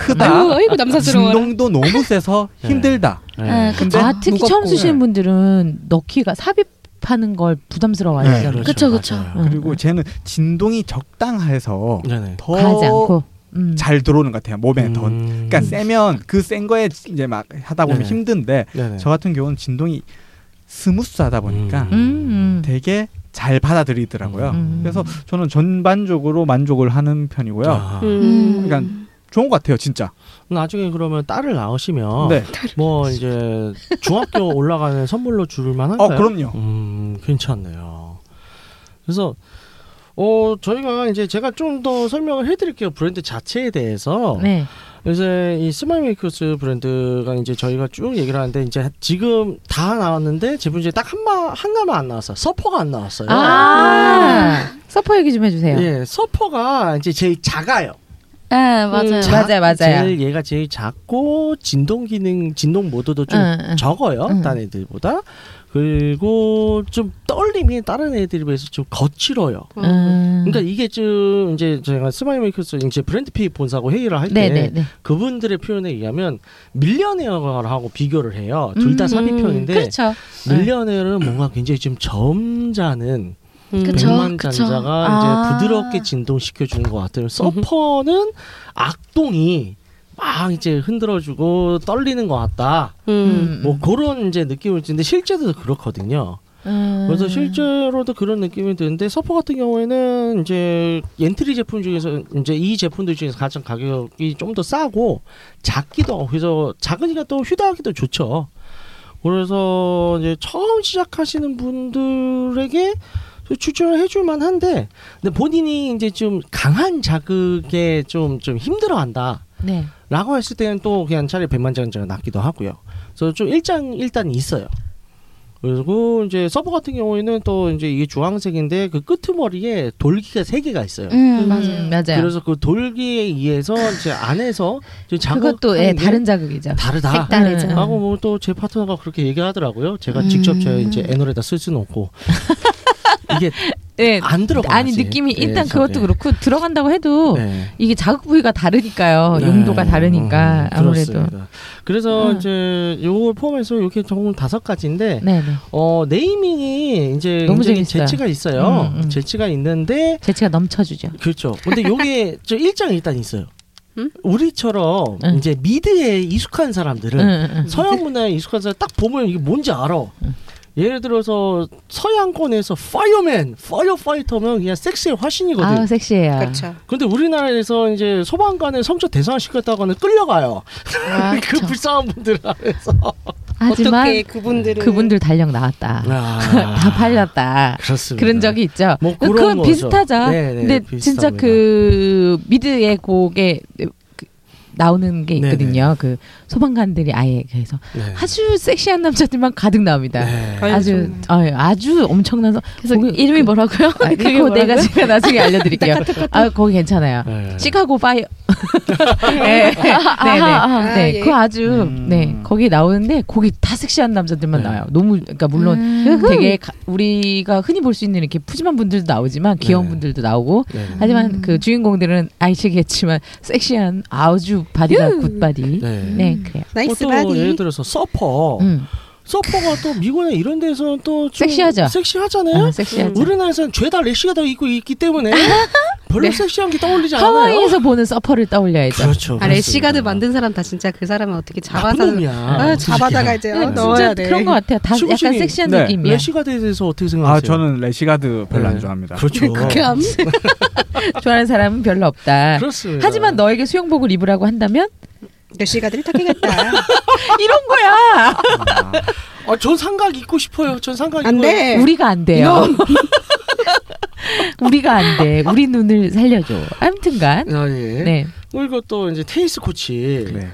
크다 아이고 남사스러워. 진동도 너무 세서 네. 힘들다 네. 그- 근데 아 특히 무겁고. 처음 쓰시는 분들은 넣기가 삽입하는 걸 부담스러워하시죠. 네, 그렇죠. 그쵸, 그쵸. 맞아요. 음. 그리고 쟤는 진동이 적당해서 네네. 과하지 더 않고. 잘 음. 들어오는 것 같아요 몸에 더 음. 그러니까 세면 그 센 거에 이제 막 하다 보면 네. 힘든데 네네. 저 같은 경우는 진동이 스무스하다 보니까 음, 음. 되게 잘 받아들이더라고요 음. 그래서 저는 전반적으로 만족을 하는 편이고요 아. 음. 그러니까 좋은 것 같아요 진짜 나중에 그러면 딸을 낳으시면 네. 뭐 이제 중학교 올라가는 선물로 줄 만한가요? 어 그럼요 음, 괜찮네요. 그래서 어 저희가 이제 제가 좀 더 설명을 해드릴게요 브랜드 자체에 대해서. 네. 이제 이 스마일 메이커스 브랜드가 이제 저희가 쭉 얘기를 하는데 이제 지금 다 나왔는데 제 문제 딱 한마 하나만 안 나왔어요. 서퍼가 안 나왔어요. 아 서퍼 얘기 좀 해주세요. 예, 서퍼가 이제 제일 작아요. 예, 음, 맞아요. 자- 음, 맞아요, 맞아요. 제일 얘가 제일 작고 진동 기능, 진동 모드도 좀 응, 응. 적어요. 응. 딴 애들보다. 그리고 좀 떨림이 다른 애들에 비해서 좀 거칠어요. 음. 그러니까 이게 좀 이제 제가 스마일 메이커스 이제 브랜드 피 본사하고 회의를 할 때 네네네. 그분들의 표현에 의하면 밀리언웨어하고 비교를 해요. 둘 다 음, 삽입형인데 그렇죠. 밀리언웨어는 뭔가 굉장히 좀 점잖은 음. 그쵸. 백만 그쵸. 잔자가 아. 네. 이제 부드럽게 진동시켜 주는 것 같아요. 서퍼는 악동이 막 이제 흔들어주고 떨리는 것 같다. 음. 뭐 그런 이제 느낌을 주는데 실제도 그렇거든요. 음. 그래서 실제로도 그런 느낌이 드는데 서퍼 같은 경우에는 이제 엔트리 제품 중에서 이제 이 제품들 중에서 가장 가격이 좀 더 싸고 작기도 하고 그래서 작으니까 또 휴대하기도 좋죠. 그래서 이제 처음 시작하시는 분들에게 추천을 해줄 만한데 근데 본인이 이제 좀 강한 자극에 좀 좀 힘들어한다. 네. 라고 했을 때는 또 그냥 차라리 백만장자가 낫기도 하고요. 그래서 좀 일장 일단 있어요. 그리고 이제 서버 같은 경우에는 또 이제 이게 주황색인데 그 끄트머리에 돌기가 세 개가 있어요. 음, 맞아요. 맞아요. 맞아요. 그래서 그 돌기에 의해서 이제 안에서 이제 작업 그것도 예, 다른 자극이죠. 다르다. 색다르죠. 음. 하고 뭐 또 제 파트너가 그렇게 얘기하더라고요. 제가 음. 직접 제 이제 애널에다 쓸 수는 없고 이게 예. 안 예, 들어가. 아니 느낌이 일단 그것도 그렇고 들어간다고 해도 네. 이게 자극 부위가 다르니까요. 어, 용도가 네. 다르니까 음, 아무래도. 그렇습니다. 그래서 음. 이제 요걸 포함해서 이렇게 총 다섯 가지인데 네, 네. 어 네이밍이 이제 너무 굉장히 재밌어요. 재치가 있어요. 음, 음. 재치가 있는데 재치가 넘쳐주죠. 그렇죠. 근데 요게 저 일장 일단 있어요. 음? 우리처럼 응. 이제 미드에 익숙한 사람들은 응, 응, 응. 서양 문화에 익숙한 사람 딱 보면 이게 뭔지 알아. 음. 예를 들어서 서양권에서 파이어맨, 파이어파이터면 그냥 섹시의 화신이거든. 아우 섹시해요. 그렇죠. 근데 우리나라에서 이제 소방관을 성적 대상시켰다고는 끌려가요. 아, 그 그렇죠. 불쌍한 분들 앞에서. 하지만 어떻게 그분들은 그분들 달력 나왔다. 다 팔렸다. 아, 그렇습니다. 그런 적이 있죠. 뭐 그런 그건 거죠. 비슷하죠. 네, 네, 근데 비슷합니다. 진짜 그 미드의 곡에 그 나오는 게 있거든요. 그 소방관들이 아예 그래서 네. 아주 섹시한 남자들만 가득 나옵니다. 네. 아주 어, 아주 엄청난 서- 그래서 거기- 이름이 뭐라고요? 아, 그거 내가 제가 나중에 알려드릴게요. 아 거기 괜찮아요. 네. 시카고 파이어. 네, 네, 네, 아하. 네. 아, 예. 그 아주 음. 네 거기 나오는데 거기 다 섹시한 남자들만 네. 나와요. 너무 그러니까 물론 음. 되게 가- 우리가 흔히 볼 수 있는 이렇게 푸짐한 분들도 나오지만 귀여운 네. 분들도 나오고 네. 네. 하지만 음. 그 주인공들은 아시겠지만 섹시한 아주 바디가 굿바디. 네. 네 그래요. 뭐또 예를 들어서 서퍼, 음, 서퍼가 또 미국이나 이런 데서는 또좀 섹시하죠. 섹시하잖아요. 아, 섹시하죠. 우리나라에서는 죄다 레시가다 입고 있기 때문에 별로 섹시한 게 떠올리지 않아요. 네. 하와이에서 보는 서퍼를 떠올려야죠. 그렇죠. 아, 레시가드 만든 사람 다 진짜 그 사람은 어떻게 잡아서 놈이야. 아, 잡아다가 이제 어, 네, 넣어야 진짜 돼. 그런 것 같아요. 다 시골 약간 시골이- 섹시한 네. 느낌이에요. 레시가드에 대해서 어떻게 생각하세요? 아 저는 레시가드 별로 안 네. 좋아합니다. 그렇죠. 극혐. 좋아하는 사람은 별로 없다. 그렇습니다. 하지만 너에게 수영복을 입으라고 한다면 레시가드를 탁해겠다. 이런 거야. 아, 전 상각 입고 싶어요. 전 상각 안 입고 돼. 우리가 안 돼요. 우리가 안 돼. 우리 눈을 살려줘. 아무튼간 아, 예. 네. 그리고 또 이제 테니스 코치. 네.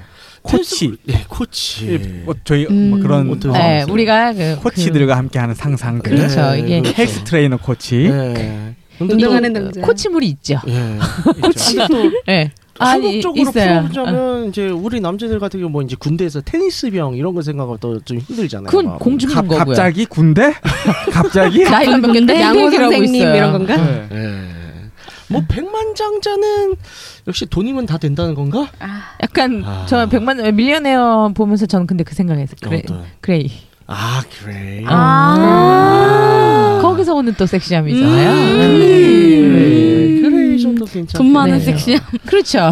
코치. 테니스 코- 네, 코치. 뭐 저희 뭐 음. 그런 어떤 어, 네, 우리가 그, 코치들과 함께하는 상상들, 그렇죠. 이게 그렇죠. 헬스 트레이너 코치. 네. 근데 또- 운동하는 그 남자. 코치물이 있죠. 예. 그렇죠. 근데 또 네. 아니, 한국적으로 있어요. 풀어보자면 이제 우리 남자들 같은 경우 뭐 이제 군대에서 테니스병 이런 거 생각하면 또 좀 힘들잖아요. 그건 마음이. 갑, 공주는 거고요. 갑자기 군대? 갑자기? 나 이런 건데 양호 선생님 이런 건가? 네. 예. 뭐 백만장자는 역시 돈이면 다 된다는 건가? 약간 아. 저 백만 밀리언웨어 보면서 저는 근데 그 생각했어. 그래, 어떤? 그레이. 아 그래. 아. 거기서 오는 또 음. 섹시함이잖아요. 네. 그래, 그래 좀더 괜찮. 돈 많은 네. 섹시함. 그렇죠.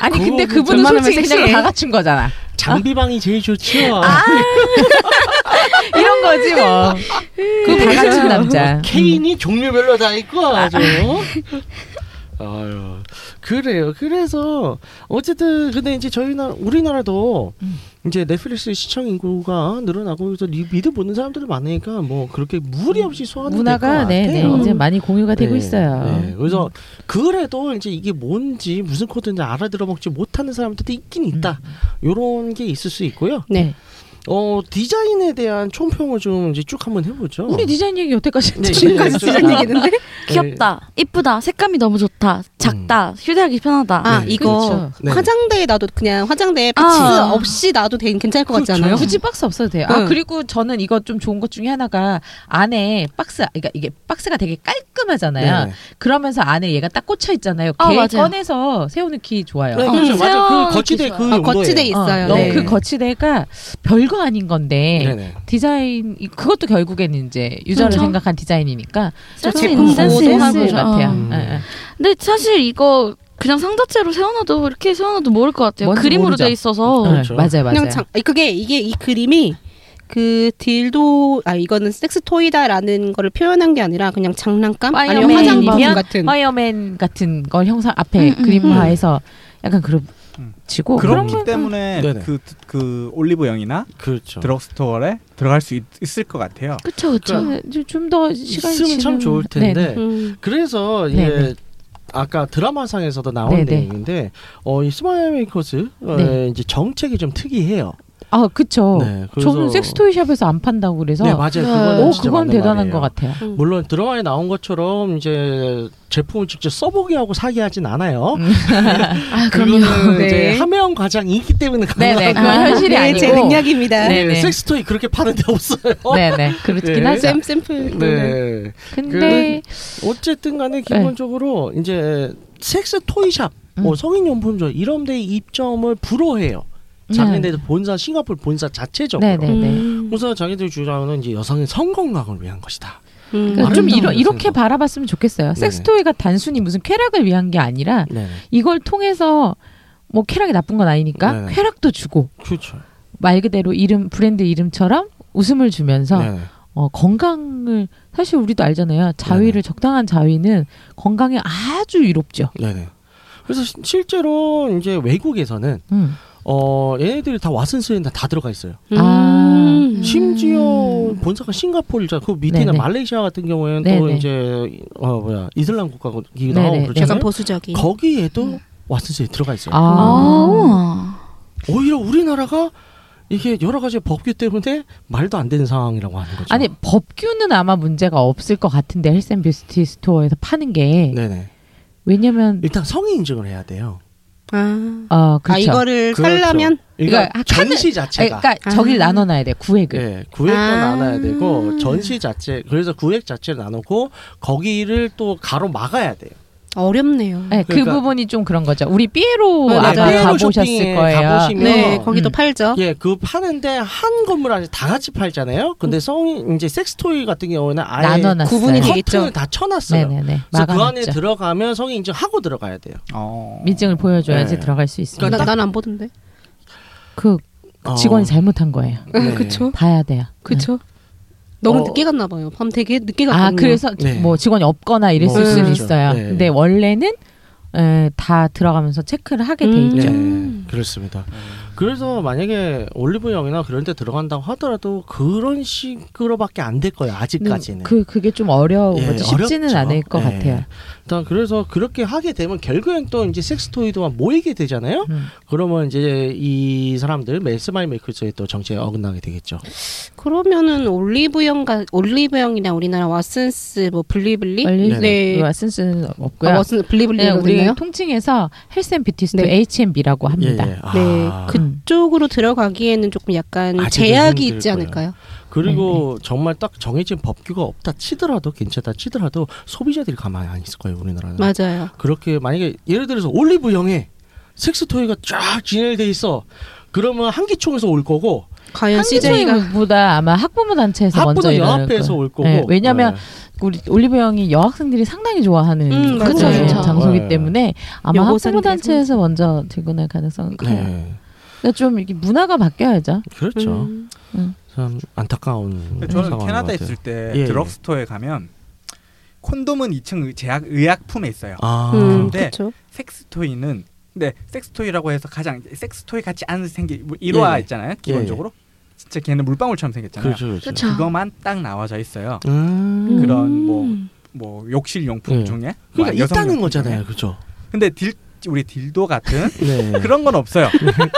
아니 근데 그거 그분은 웬만하면 솔직히 그냥 섹시해. 다 갖춘 거잖아. 장비방이 제일 좋지요. 아, 이런 거지 뭐. 그다 갖춘 남자. 그렇죠. 아, 뭐 케인이 종류별로 다 있고 아주. 아유 그래요. 그래서 어쨌든 근데 이제 저희 나라 우리나라도 음. 이제 넷플릭스 시청 인구가 늘어나고 그래서 리- 미드 보는 사람들이 많으니까 뭐 그렇게 무리 없이 소화는 문화가 될것 네네 같아요. 이제 많이 공유가 되고 네, 있어요. 네, 그래서 그래도 이제 이게 뭔지 무슨 코드인지 알아들어 먹지 못하는 사람들도 있긴 있다. 요런 게 있을 수 있고요. 네. 어 디자인에 대한 총평을 좀 이제 쭉 한번 해보죠. 우리 디자인 얘기 여태까지 네, 했지. 지금까지 네, 디자인 얘기했는데 귀엽다, 이쁘다, 색감이 너무 좋다, 음. 작다, 휴대하기 편하다. 아 네, 이거 그렇죠. 네. 화장대에 놔도 그냥 화장대에 박스 아. 없이 놔도 되, 괜찮을 것 같지 않아요? 굳이 박스 없어도 돼요. 아 응. 그리고 저는 이거 좀 좋은 것 중에 하나가 안에 박스, 그러니까 이게 박스가 되게 깔끔하잖아요. 네. 그러면서 안에 얘가 딱 꽂혀 있잖아요. 아, 걔 맞아요. 꺼내서 세워놓기 좋아요. 네, 어, 그렇죠. 맞아요. 세워놓기 그 거치대 그 아, 거치대 용도예요. 어, 있어요. 너무 네. 그 거치대가 별거 아닌 건데 네네. 디자인 이- 그것도 결국에는 이제 유저를 그렇죠. 생각한 디자인이니까 좀 센스 제품 있는 센스 보호도 하고 있는 같아요. 어. 음. 예, 예. 근데 사실 이거 그냥 상자째로 세워놔도 이렇게 세워놔도 모를 것 같아요. 뭔지 그림으로 모르죠. 돼 있어서. 어, 그렇죠. 맞아요, 맞아요. 그냥 장, 아니, 그게 이게 이 그림이 그 딜도 아 이거는 섹스 토이다라는 거를 표현한 게 아니라 그냥 장난감 아니면 파이어맨이면- 화장품 같은 파이어맨 같은 걸 형상 앞에 음, 음, 그림화해서 약간 그런 음. 치고 그렇기 어, 그런 거- 때문에 네네. 그, 그 올리브영이나 그렇죠. 드럭스토어에 들어갈 수 있, 을것 같아요. 그쵸 그쵸. 좀- 좀더 시간 네. 있으면 참 좋을 텐데 음. 그래서 이게 네네. 아까 드라마상에서도 나온 네네. 내용인데 어, 이 스마일 메이커스 어, 네. 이제 정책이 좀 특이해요. 아 그쵸. 네, 그래서- 저는 섹스토이 샵에서 안 판다고 그래서 네 맞아요. 그거는 오 진짜 그건 맞는 대단한 말이에요. 것 같아요. 물론 드라마에 나온 것처럼 이제 제품을 직접 써보게 하고 사게 하진 않아요. 음, 아 그거는 네. 이제 함혜영 과장이 있기 때문에 네네 가능한 그건 아, 현실이 네, 아니고 제 능력입니다. 네. 네. 네, 섹스토이 그렇게 파는 데 없어요. 네네 그렇긴 네. 하죠. 샘 샘플. 네. 근데 어쨌든 간에 기본적으로 이제 섹스 토이샵, 네. 음. 뭐 성인용품점 이런 데 입점을 불허해요. 음. 그 자기네들 본사 싱가포르 본사 자체적으로. 네네. 음. 우선 자기들 주장은 이제 여성의 성건강을 위한 것이다. 음. 그러니까 좀 아름다운 이러, 이렇게 생각. 바라봤으면 좋겠어요. 네네. 섹스토이가 단순히 무슨 쾌락을 위한 게 아니라 네, 이걸 통해서 뭐 쾌락이 나쁜 건 아니니까 네네. 쾌락도 주고 그렇죠. 말 그대로 이름 브랜드 이름처럼 웃음을 주면서 네. 어, 건강을 사실 우리도 알잖아요. 네. 자위를 적당한 자위는 건강에 아주 유롭죠. 네네. 그래서 시- 실제로 이제 외국에서는 음. 어 얘네들이 다 왓슨스에 다 들어가 있어요. 음. 아. 심지어 본사가 싱가포르자 그 밑에는 네네. 말레이시아 같은 경우에는 또 네네. 이제 어 뭐야 이슬람 국가이기도 네네. 음. 하고 약간 그렇잖아요. 보수적인. 거기에도 왓슨스에 들어가 있어요. 아, 아. 우와. 오히려 우리나라가 이게 여러 가지 법규 때문에 말도 안 되는 상황이라고 하는 거죠. 아니 법규는 아마 문제가 없을 것 같은데 헬스앤 뷰티 스토어에서 파는 게 네네. 왜냐면 일단 성의 인증을 해야 돼요. 아, 어 그렇죠. 아 이거를 그렇죠. 살려면 그러니까 그러니까 전시 아니, 자체가 그러니까 그 아. 저기를 나눠놔야 돼 구획을. 예, 구획도 아. 나눠야 되고 전시 자체 그래서 구획 자체를 나누고 거기를 또 가로 막아야 돼요. 어렵네요. 네, 그 그러니까- 부분이 좀 그런 거죠. 우리 삐에로 네, 아마 삐에로 가보셨을 쇼핑에 거예요. 가보시면 네, 음. 거기도 팔죠. 예, 그 파는데 한 건물 안에 다 같이 팔잖아요. 근데 성인 이제 섹스토이 같은 경우는 아예 음. 나눠놨어요. 구분이 돼 있죠. 커튼을 다 쳐놨어요. 네네네. 그래서 그 안에 막아놨죠. 들어가면 성인 인증하고 들어가야 돼요. 어. 민증을 보여줘야지 네. 들어갈 수 있습니다. 그러니까 난 안 보던데. 그 어. 직원이 잘못한 거예요. 네. 음, 그쵸. 봐야 돼요. 그쵸. 너무 어. 늦게 갔나 봐요. 밤 되게 늦게 네. 갔거든요. 아 그래서 네. 뭐 직원이 없거나 이랬을 뭐, 수는 그렇죠. 있어요. 네. 근데 원래는 에, 다 들어가면서 체크를 하게 돼 음. 있죠. 네, 그렇습니다. 그래서 만약에 올리브영이나 그런 데 들어간다고 하더라도 그런 식으로밖에 안 될 거예요. 근데 아직까지는. 그 그게 좀 어려운 예, 거죠. 쉽지는 어렵죠. 않을 것 예. 같아요. 일단 그래서 그렇게 하게 되면 결국엔 또 이제 섹스토이 또한 모이게 되잖아요. 음. 그러면 이제 이 사람들 메스마이 메이커스의 또 정체에 어긋나게 되겠죠. 그러면은 올리브영과 올리브영이나 우리나라 왓슨스 뭐 블리블리 원래 네. 네. 쓴스는 없고요. 아, 왓슨 그냥 블리블리로 우리 되나요? 통칭해서 헬스앤뷰티스토 네. H&B라고 합니다. 예, 예. 아, 네. 그, 쪽으로 들어가기에는 조금 약간 아직은 제약이 있지 힘들 않을까요? 리고 네, 정말 딱 정해진 법규가 없다 치더라도 괜찮다 치더라도 소비자들이 가만히 안 있을 거예요 우리나라는. 맞아요. 그렇게 만약에 예를 들어서 올리브영에 섹스토이가 쫙 진열돼 있어. 그러면 한기총에서 올 거고 과연 CJ가 한기총보다 아마 학부모 단체에서 먼저 학부는 일어날 연합회에서 거예요. 올 거고. 네, 왜냐면 네. 우리 올리브 형이 여학생들이 상당히 좋아하는 음, 그런 그쵸, 그쵸. 장소이기 네. 때문에 아마 여고생들, 학부모 단체에서 먼저 들고 날 가능성은 커요. 네. 그러니까 좀 이렇게 문화가 바뀌어야죠. 그렇죠. 음. 참 안타까운 저는 상황인 것 캐나다 같아요. 있을 때 예, 예. 드럭스토어에 가면 콘돔은 2층 의- 제약 의약품에 있어요. 아, 음, 근데 그렇죠. 섹스토이는 근데 섹스토이라고 해서 가장 섹스토이 같지 않은 생긴 뭐 일화 예, 예. 있잖아요. 기본적으로 진짜 걔는 물방울처럼 생겼잖아요. 그렇죠, 그렇죠. 그쵸. 그거만 딱 나와져 있어요. 음, 그런 뭐 뭐 욕실 용품 예. 중에 그러니까 뭐 여성 있다는 용품 중에. 거잖아요, 그죠? 근데 딜 우리 딜도 같은 네. 그런 건 없어요.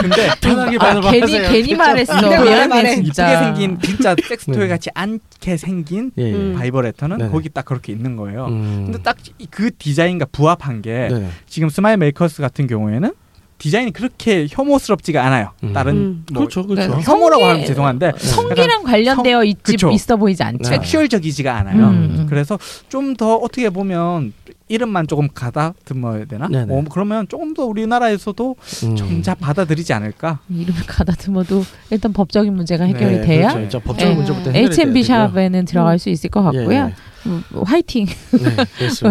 근데 편하게 아, 말해봐. 괜히 하세요. 괜히 아, 말했어. 미안해 진짜. 네, 이쁘게 생긴 진짜 섹스토이 네. 같이 않게 생긴 예, 예. 음. 바이버레터는 네네. 거기 딱 그렇게 있는 거예요. 음. 근데 딱뭐 그 디자인과 부합한 게 네네. 지금 스마일 메이커스 같은 경우에는 디자인이 그렇게 혐오스럽지가 않아요. 음. 다른 음. 뭐 그렇죠, 그렇죠. 네. 혐오라고 성기- 하면 죄송한데 약간 성기랑 관련되어 있지 그쵸. 있어 보이지 않죠. 네. 섹슈얼적이지가 않아요. 음. 그래서 좀 더 어떻게 보면 이름만 조금 가다듬어야 되나? 네네. 어, 그러면 조금 더 우리나라에서도 네. 음. 정작 받아들이지 않을까? 이름을 가다듬어도 일단 법적인 문제가 해결이 네, 돼야 그렇죠. 일단 법적인 예. 문제부터 해결이 H&B 돼야 샵에는 들어갈 수 있을 것 되고요. 같고요. 예, 음, 화이팅. 예. 네, 그렇습니다.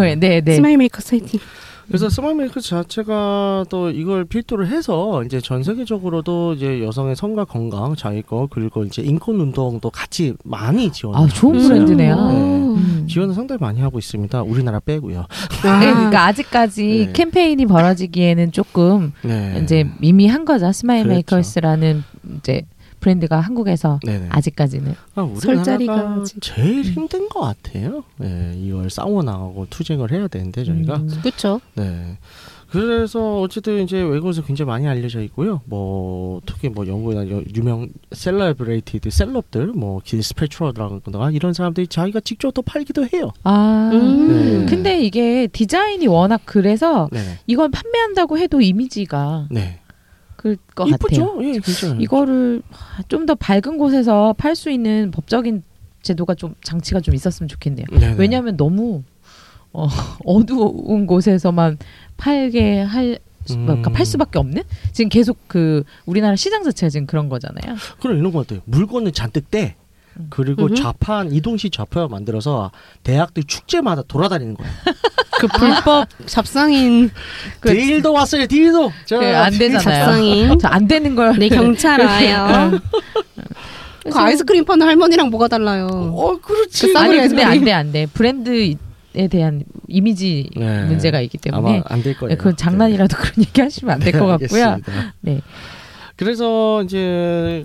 네, 네. 네. 스마일 메이커 사이팅. 그래서 스마일메이크 자체가 또 이걸 필두로 해서 이제 전 세계적으로도 이제 여성의 성과 건강, 자위권 그리고 이제 인권 운동도 같이 많이 지원. 아, 좋은 브랜드네요. 네. 음. 지원을 상당히 많이 하고 있습니다. 우리나라 빼고요. 네, 아. 그러니까 아직까지 네. 캠페인이 벌어지기에는 조금 네. 이제 미미한 거죠. 스마일 그렇죠. 메이커스라는 이제 브랜드가 한국에서 네네. 아직까지는 아, 설자리가 우리나라가 아직- 제일 힘든 것 같아요. 예, 이걸 싸워 나가고 투쟁을 해야 되는데 저희가 음. 그렇죠. 네. 그래서 어쨌든 이제 외국에서 굉장히 많이 알려져 있고요. 뭐 특히 뭐 영국이나 여- 유명 셀러브레이티드 셀럽들 뭐길 스페트러라든가 이런 사람들이 자기가 직접 또 팔기도 해요. 아. 음. 네. 근데 이게 디자인이 워낙 그래서 네. 이걸 판매한다고 해도 이미지가 네. 그것 같아요. 이쁘죠? 예, 괜찮아요. 이거를 좀 더 밝은 곳에서 팔 수 있는 법적인 제도가 좀 장치가 좀 있었으면 좋겠네요. 네네. 왜냐하면 너무 어, 어두운 곳에서만 팔게 할 수- 음. 그러니까 팔 수밖에 없는 지금 계속 그 우리나라 시장 자체가 지금 그런 거잖아요. 그럼 이런 것 같아요. 물건을 잔뜩 떼. 그리고 음흠. 좌판 이동식 좌표 만들어서 대학들 축제마다 돌아다니는 거예요. 그 불법 잡상인 그- 딜도 왔어요, 딜도. 자, 그안 딜 되잖아요. 잡상인. 저 안 되는 걸 네 경찰 와요. 그 아이스크림 파는 할머니랑 뭐가 달라요? 어 그렇지. 그 아니 싸구려 근데 아이스크림. 안돼 안돼 브랜드에 대한 이미지 네. 문제가 있기 때문에 아마 안 될 거예요. 네. 네, 그건 장난이라도 그런 얘기 하시면 안 될 것 같고요. 알겠습니다. 네. 그래서 이제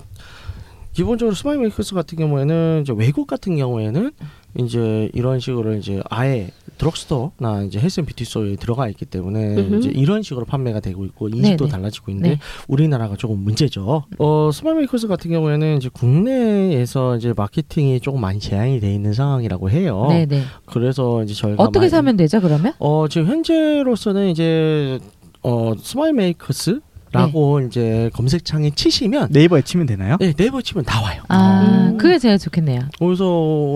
기본적으로 스마일 메이커스 같은 경우에는 이제 외국 같은 경우에는 이제 이런 식으로 이제 아예 드럭스토어나 이제 헬스 앤 뷰티 스토어에 들어가 있기 때문에 음흠. 이제 이런 식으로 판매가 되고 있고 인식도 네네. 달라지고 있는데 네. 우리나라가 조금 문제죠. 어 스마일 메이커스 같은 경우에는 이제 국내에서 이제 마케팅이 조금 많이 제한이 돼 있는 상황이라고 해요. 네네. 그래서 이제 저희가 어떻게 많이- 사면 되죠 그러면? 어 지금 현재로서는 이제 어 스마일 네. 메이커스라고 이제 검색창에 치시면 네이버에 치면 되나요? 네, 네이버 치면 나와요. 아 음. 그게 제일 좋겠네요. 그래서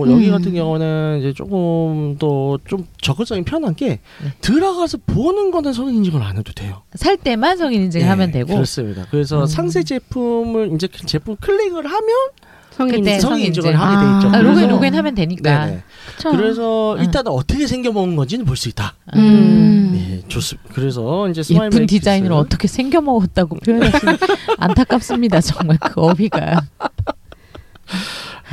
여기 음. 같은 경우는 이제 조금 더 좀 적극적인 편한 게 네. 들어가서 보는 거는 성인 인증을 안 해도 돼요. 살 때만 성인 인증을 네, 하면 되고 그렇습니다. 그래서 음. 상세 제품을 이제 그 제품 클릭을 하면 성인 그때 네, 성인 인증을 성인증. 하게 돼 있죠. 아, 그래서- 로그인 로그인 하면 되니까. 네네. 그쵸. 그래서 아. 일단은 어떻게 생겨먹은 건지는 볼 수 있다. 음. 네, 좋습니다. 그래서 이제 아, 스마일 예쁜 디자인을 메이커스- 어떻게 생겨 먹었다고 표현하시는 안타깝습니다 정말 그 어휘가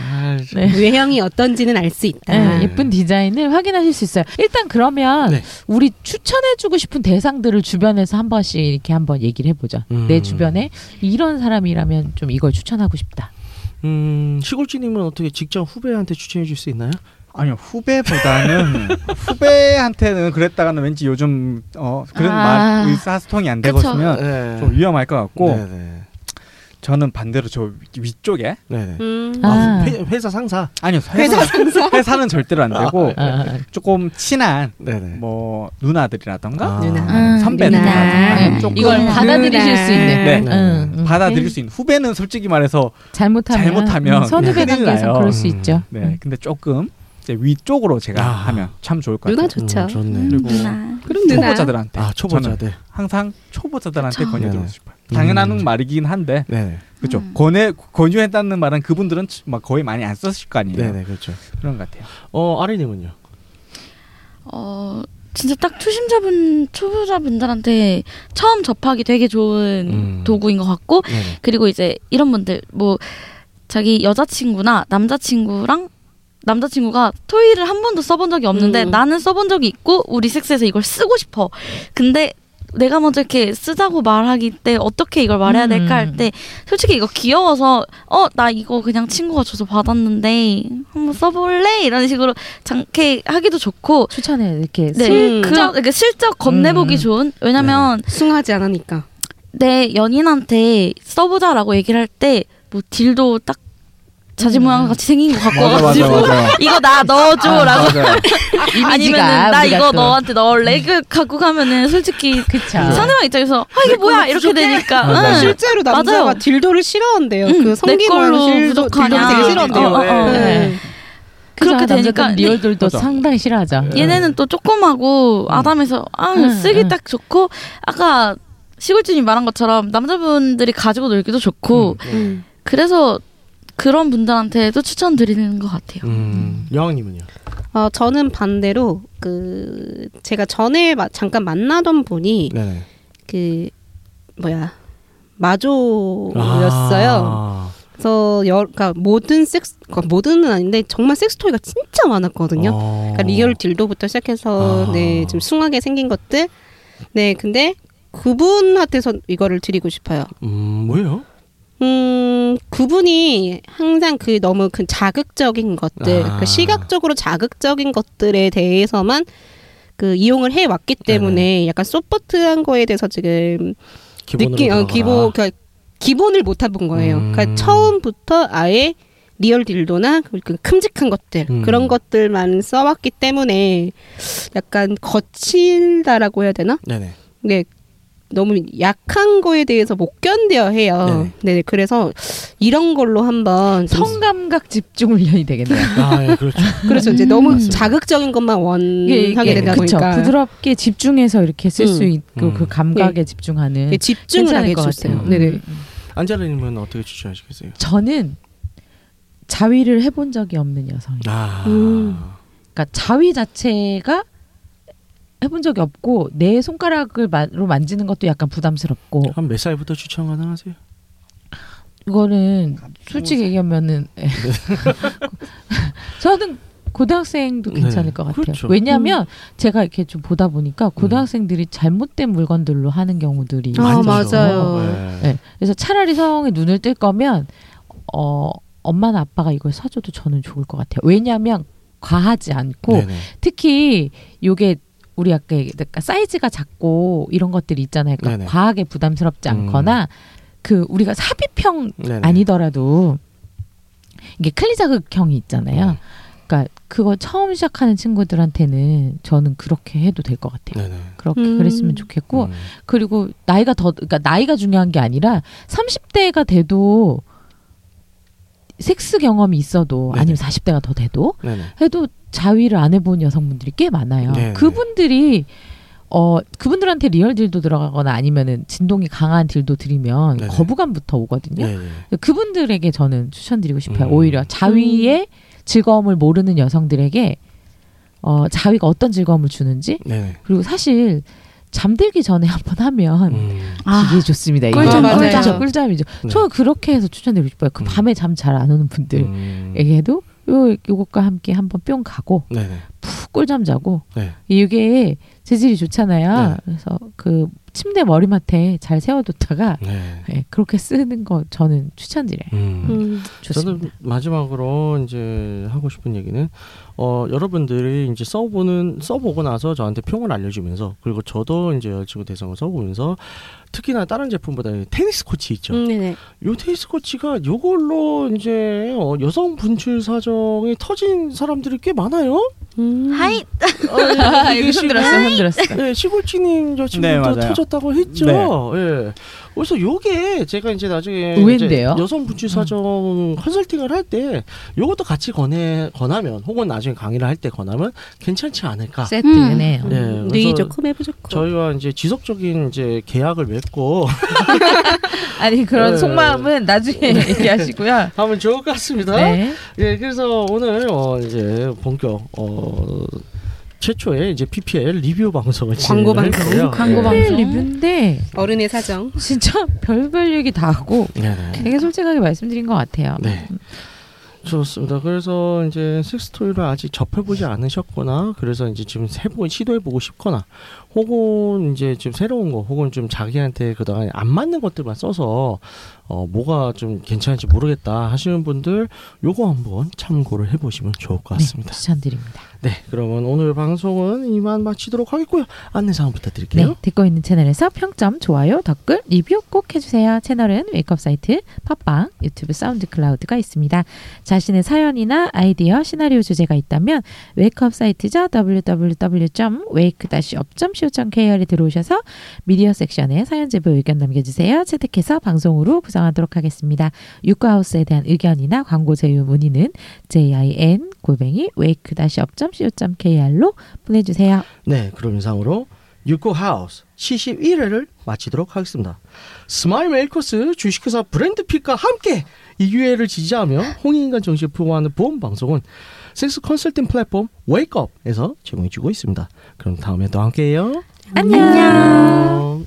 아, 네. 외형이 어떤지는 알 수 있다. 네, 예쁜 디자인을 확인하실 수 있어요 일단 그러면 네. 우리 추천해주고 싶은 대상들을 주변에서 한 번씩 이렇게 한번 얘기를 해보죠 음. 내 주변에 이런 사람이라면 좀 이걸 추천하고 싶다 음, 시골지님은 어떻게 직장 후배한테 추천해 줄 수 있나요? 아니요 후배보다는 후배한테는 그랬다가는 왠지 요즘 어 그런 아. 말 의사소통이 안 되고 그쵸. 있으면 네. 좀 위험할 것 같고 네네. 저는 반대로 저 위쪽에 네네. 음. 아, 아. 회, 회사 상사. 아니요 회사 회사는 절대로 안 되고 네. 아, 조금 친한 네네. 뭐 누나들이라던가 아. 누나. 음, 선배들이라던가 네. 조금 이걸 받아들이실 수 있는 네. 네. 응, 응. 받아들일 수 있는 후배는 솔직히 말해서 잘못하면, 잘못하면 음, 선후배 큰일 관계에서 나요. 그럴 수 음. 있죠 네 근데 조금 이제 위쪽으로 제가 아. 하면 참 좋을 것 누나 같아요. 좋죠. 음, 좋네. 음, 그리고 누나. 그럼 누나. 초보자들한테 아, 저는 초보자들. 항상 초보자들한테 그쵸. 권유드리고 네네. 싶어요. 당연한 음. 말이긴 한데 네네. 그죠 음. 권해 권유했다는 말은 그분들은 치- 막 거의 많이 안 썼을 거 아니에요. 네네, 그렇죠. 그런 것 같아요. 어, 아리님은요? 어 진짜 딱 초심자분 초보자분들한테 처음 접하기 되게 좋은 음. 도구인 것 같고 네네. 그리고 이제 이런 분들 뭐 자기 여자친구나 남자친구랑 남자친구가 토이를 한 번도 써본 적이 없는데 음. 나는 써본 적이 있고 우리 섹스에서 이걸 쓰고 싶어 근데 내가 먼저 이렇게 쓰자고 말하기 때 어떻게 이걸 말해야 음. 될까 할 때 솔직히 이거 귀여워서 어 나 이거 그냥 친구가 줘서 받았는데 한번 써볼래 이런 식으로 장게 하기도 좋고 추천해 이렇게 네 음. 그런 그러니까 실적 건네보기 음. 좋은 왜냐면 숭하지 않으니까. 내 연인한테 써보자라고 얘기를 할 때 뭐 딜도 딱 자지 모양 같이 생긴 거 갖고 맞아 맞아 와가지고 맞아. 이거 나 넣어줘라고 맞아. 아니면 이미지가 나 우리가 이거 또- 너한테 넣을래 이거 갖고 가면은 솔직히 그쵸. 상대방 입장에서 아 이게 뭐야 이렇게 되니까 아, 응. 맞아. 실제로 남자가 맞아요. 딜도를 싫어한대요. 응, 그 내 성기 걸로 모양 딜도, 부족하냐. 딜도를 되게 싫어한대요. 어, 어, 어. 네. 그렇게 그죠, 남자들은 되니까 리얼들도 맞아. 상당히 싫어하죠. 음, 얘네는 또 조그마고 아담해서 아 응, 쓰기 응. 딱 좋고 아까 시골주님 말한 것처럼 남자분들이 가지고 놀기도 좋고 음. 그래서 그런 분들한테도 추천드리는 것 같아요. 음. 여왕님은요? 어, 저는 반대로 그 제가 전에 마- 잠깐 만나던 분이 네네. 그 뭐야 아. 마조였어요. 그래서 여, 그러니까 모든 섹스 그러니까 모든은 아닌데 정말 섹스토이가 진짜 많았거든요. 그러니까 리얼 딜도부터 시작해서 어. 아. 네 좀 숭하게 생긴 것들 네 근데 그분한테서 이거를 드리고 싶어요. 음, 뭐예요? 음 그분이 항상 그 너무 그 자극적인 것들 아. 그러니까 시각적으로 자극적인 것들에 대해서만 그 이용을 해 왔기 때문에 약간 소프트한 거에 대해서 지금 기본으로 느낌 어, 들어가라. 기본 그러니까 기본을 못 해본 거예요. 음. 그러니까 처음부터 아예 리얼 딜도나 그 큼직한 것들 음. 그런 것들만 써왔기 때문에 약간 거칠다라고 해야 되나? 네네. 네. 너무 약한 거에 대해서 못 견뎌 해요. 네. 그래서 이런 걸로 한번 좀- 성감각 집중 훈련이 되겠네요. 아, 예, 그렇죠. 그래서 이제 너무 맞습니다. 자극적인 것만 이게- 원하게 이게 되다 예, 그쵸. 보니까 부드럽게 집중해서 이렇게 쓸 수 음. 있고 음. 그 감각에 집중하는 네, 집중을 괜찮을 하게 것 해주세요. 같아요. 음, 네네. 안젤라님은 어떻게 추천하시겠어요? 저는 자위를 해본 적이 없는 여성이에요. 아, 음. 그러니까 자위 자체가 해본 적이 없고 내 손가락을로 만지는 것도 약간 부담스럽고 한 몇 살부터 추천 가능하세요? 이거는 솔직히 얘기하면은 예. 저는 고등학생도 네, 괜찮을 것 같아요. 그렇죠. 왜냐하면 제가 이렇게 좀 보다 보니까 고등학생들이 잘못된 물건들로 하는 경우들이 아, 있어서. 맞아요. 네. 네. 그래서 차라리 성에 눈을 뜰 거면 어 엄마나 아빠가 이걸 사줘도 저는 좋을 것 같아요. 왜냐하면 과하지 않고 네네. 특히 요게 우리 아까 얘기- 그러니까 사이즈가 작고 이런 것들이 있잖아요. 그러니까 네네. 과하게 부담스럽지 음. 않거나 그 우리가 삽입형 네네. 아니더라도 이게 클리자극형이 있잖아요. 음. 그러니까 그거 처음 시작하는 친구들한테는 저는 그렇게 해도 될 것 같아요. 네네. 그렇게 음. 그랬으면 좋겠고 음. 그리고 나이가 더 그러니까 나이가 중요한 게 아니라 30대가 돼도 섹스 경험이 있어도 네네. 아니면 40대가 더 돼도 네네. 해도 자위를 안 해본 여성분들이 꽤 많아요. 네네. 그분들이 어 그분들한테 리얼 딜도 들어가거나 아니면은 진동이 강한 딜도 드리면 네네. 거부감부터 오거든요. 네네. 그분들에게 저는 추천드리고 싶어요. 음. 오히려 자위의 음. 즐거움을 모르는 여성들에게 어 자위가 어떤 즐거움을 주는지 네네. 그리고 사실 잠들기 전에 한번 하면 음. 되게 좋습니다. 이거. 아. 꿀잠, 맞아요. 꿀잠, 꿀잠이죠. 네. 저는 그렇게 해서 추천드리고 싶어요. 그 음. 밤에 잠 잘 안 오는 분들에게도 음. 요 요것과 함께 한번 뿅 가고 네네. 푹 꿀잠 자고 네. 이게 재질이 좋잖아요. 네. 그래서 그 침대 머리맡에 잘 세워뒀다가 네. 예, 그렇게 쓰는 거 저는 추천드려요. 음. 음. 좋습니다. 저는 마지막으로 이제 하고 싶은 얘기는 어 여러분들이 이제 써보는 써보고 나서 저한테 평을 알려주면서 그리고 저도 이제 여자친구 대상을 써보면서 특히나 다른 제품보다 테니스 코치 있죠. 음, 네네. 요 테니스 코치가 요걸로 이제 어, 여성 분출 사정이 터진 사람들이 꽤 많아요. 음. 하이 아, 예, 이게 흔들었어, 흔들었어. 네, 시골치님 저 네, 친구도 맞아요. 터졌다고 했죠. 네. 예. 그래서 요게 제가 이제 나중에 의외인데요? 이제 여성 분출 사정 컨설팅을 할 때 요것도 같이 권해 권하면 혹은 나중에 강의를 할 때 권하면 괜찮지 않을까. 음. 세트네요. 아. 네, 그래서 뇌이 조금 해보 좋고. 저희와 이제 지속적인 이제 계약을 맺고 아니 그런 네. 속마음은 나중에 얘기하시고요. 하면 좋을 것 같습니다. 네. 예, 그래서 오늘 어 이제 본격 어 최초의 이제 PPL 리뷰 방송을 광고 진행을 할 방송, 거예요. 광고 예. 방송. 네. 리뷰인데 어른의 사정. 진짜 별별 얘기 다 하고 네, 네. 되게 솔직하게 말씀드린 것 같아요. 네. 좋습니다. 그래서 이제 섹스토이를 아직 접해보지 않으셨거나, 그래서 이제 지금 해보, 시도해보고 싶거나, 혹은 이제 지금 새로운 거, 혹은 좀 자기한테 그동안 안 맞는 것들만 써서, 어, 뭐가 좀 괜찮을지 모르겠다 하시는 분들, 요거 한번 참고를 해보시면 좋을 네. 것 같습니다. 추천드립니다. 네, 그러면 오늘 방송은 이만 마치도록 하겠고요. 안내사항 부탁드릴게요. 네, 듣고 있는 채널에서 평점, 좋아요, 댓글, 리뷰 꼭 해주세요. 채널은 웨이크업 사이트, 팟빵, 유튜브 사운드 클라우드가 있습니다. 자신의 사연이나 아이디어, 시나리오 주제가 있다면 웨이크업 사이트죠. www.wake-up.co.kr에 들어오셔서 미디어 섹션에 사연 제보 의견 남겨주세요. 채택해서 방송으로 구성하도록 하겠습니다. 유쿠하우스에 대한 의견이나 광고 제휴 문의는 jin 골뱅이 wake-up.co.kr로 보내주세요. 네, 그럼 이상으로 육구하우스 71회를 마치도록 하겠습니다. 스마일 메이커스 주식회사 브랜드핏과 함께 이 유해를 지지하며 홍익인간 정신을 부호하는 보험 방송은 섹스 컨설팅 플랫폼 웨이크업에서 제공해주고 있습니다. 그럼 다음에 또 함께해요. 안녕. 안녕.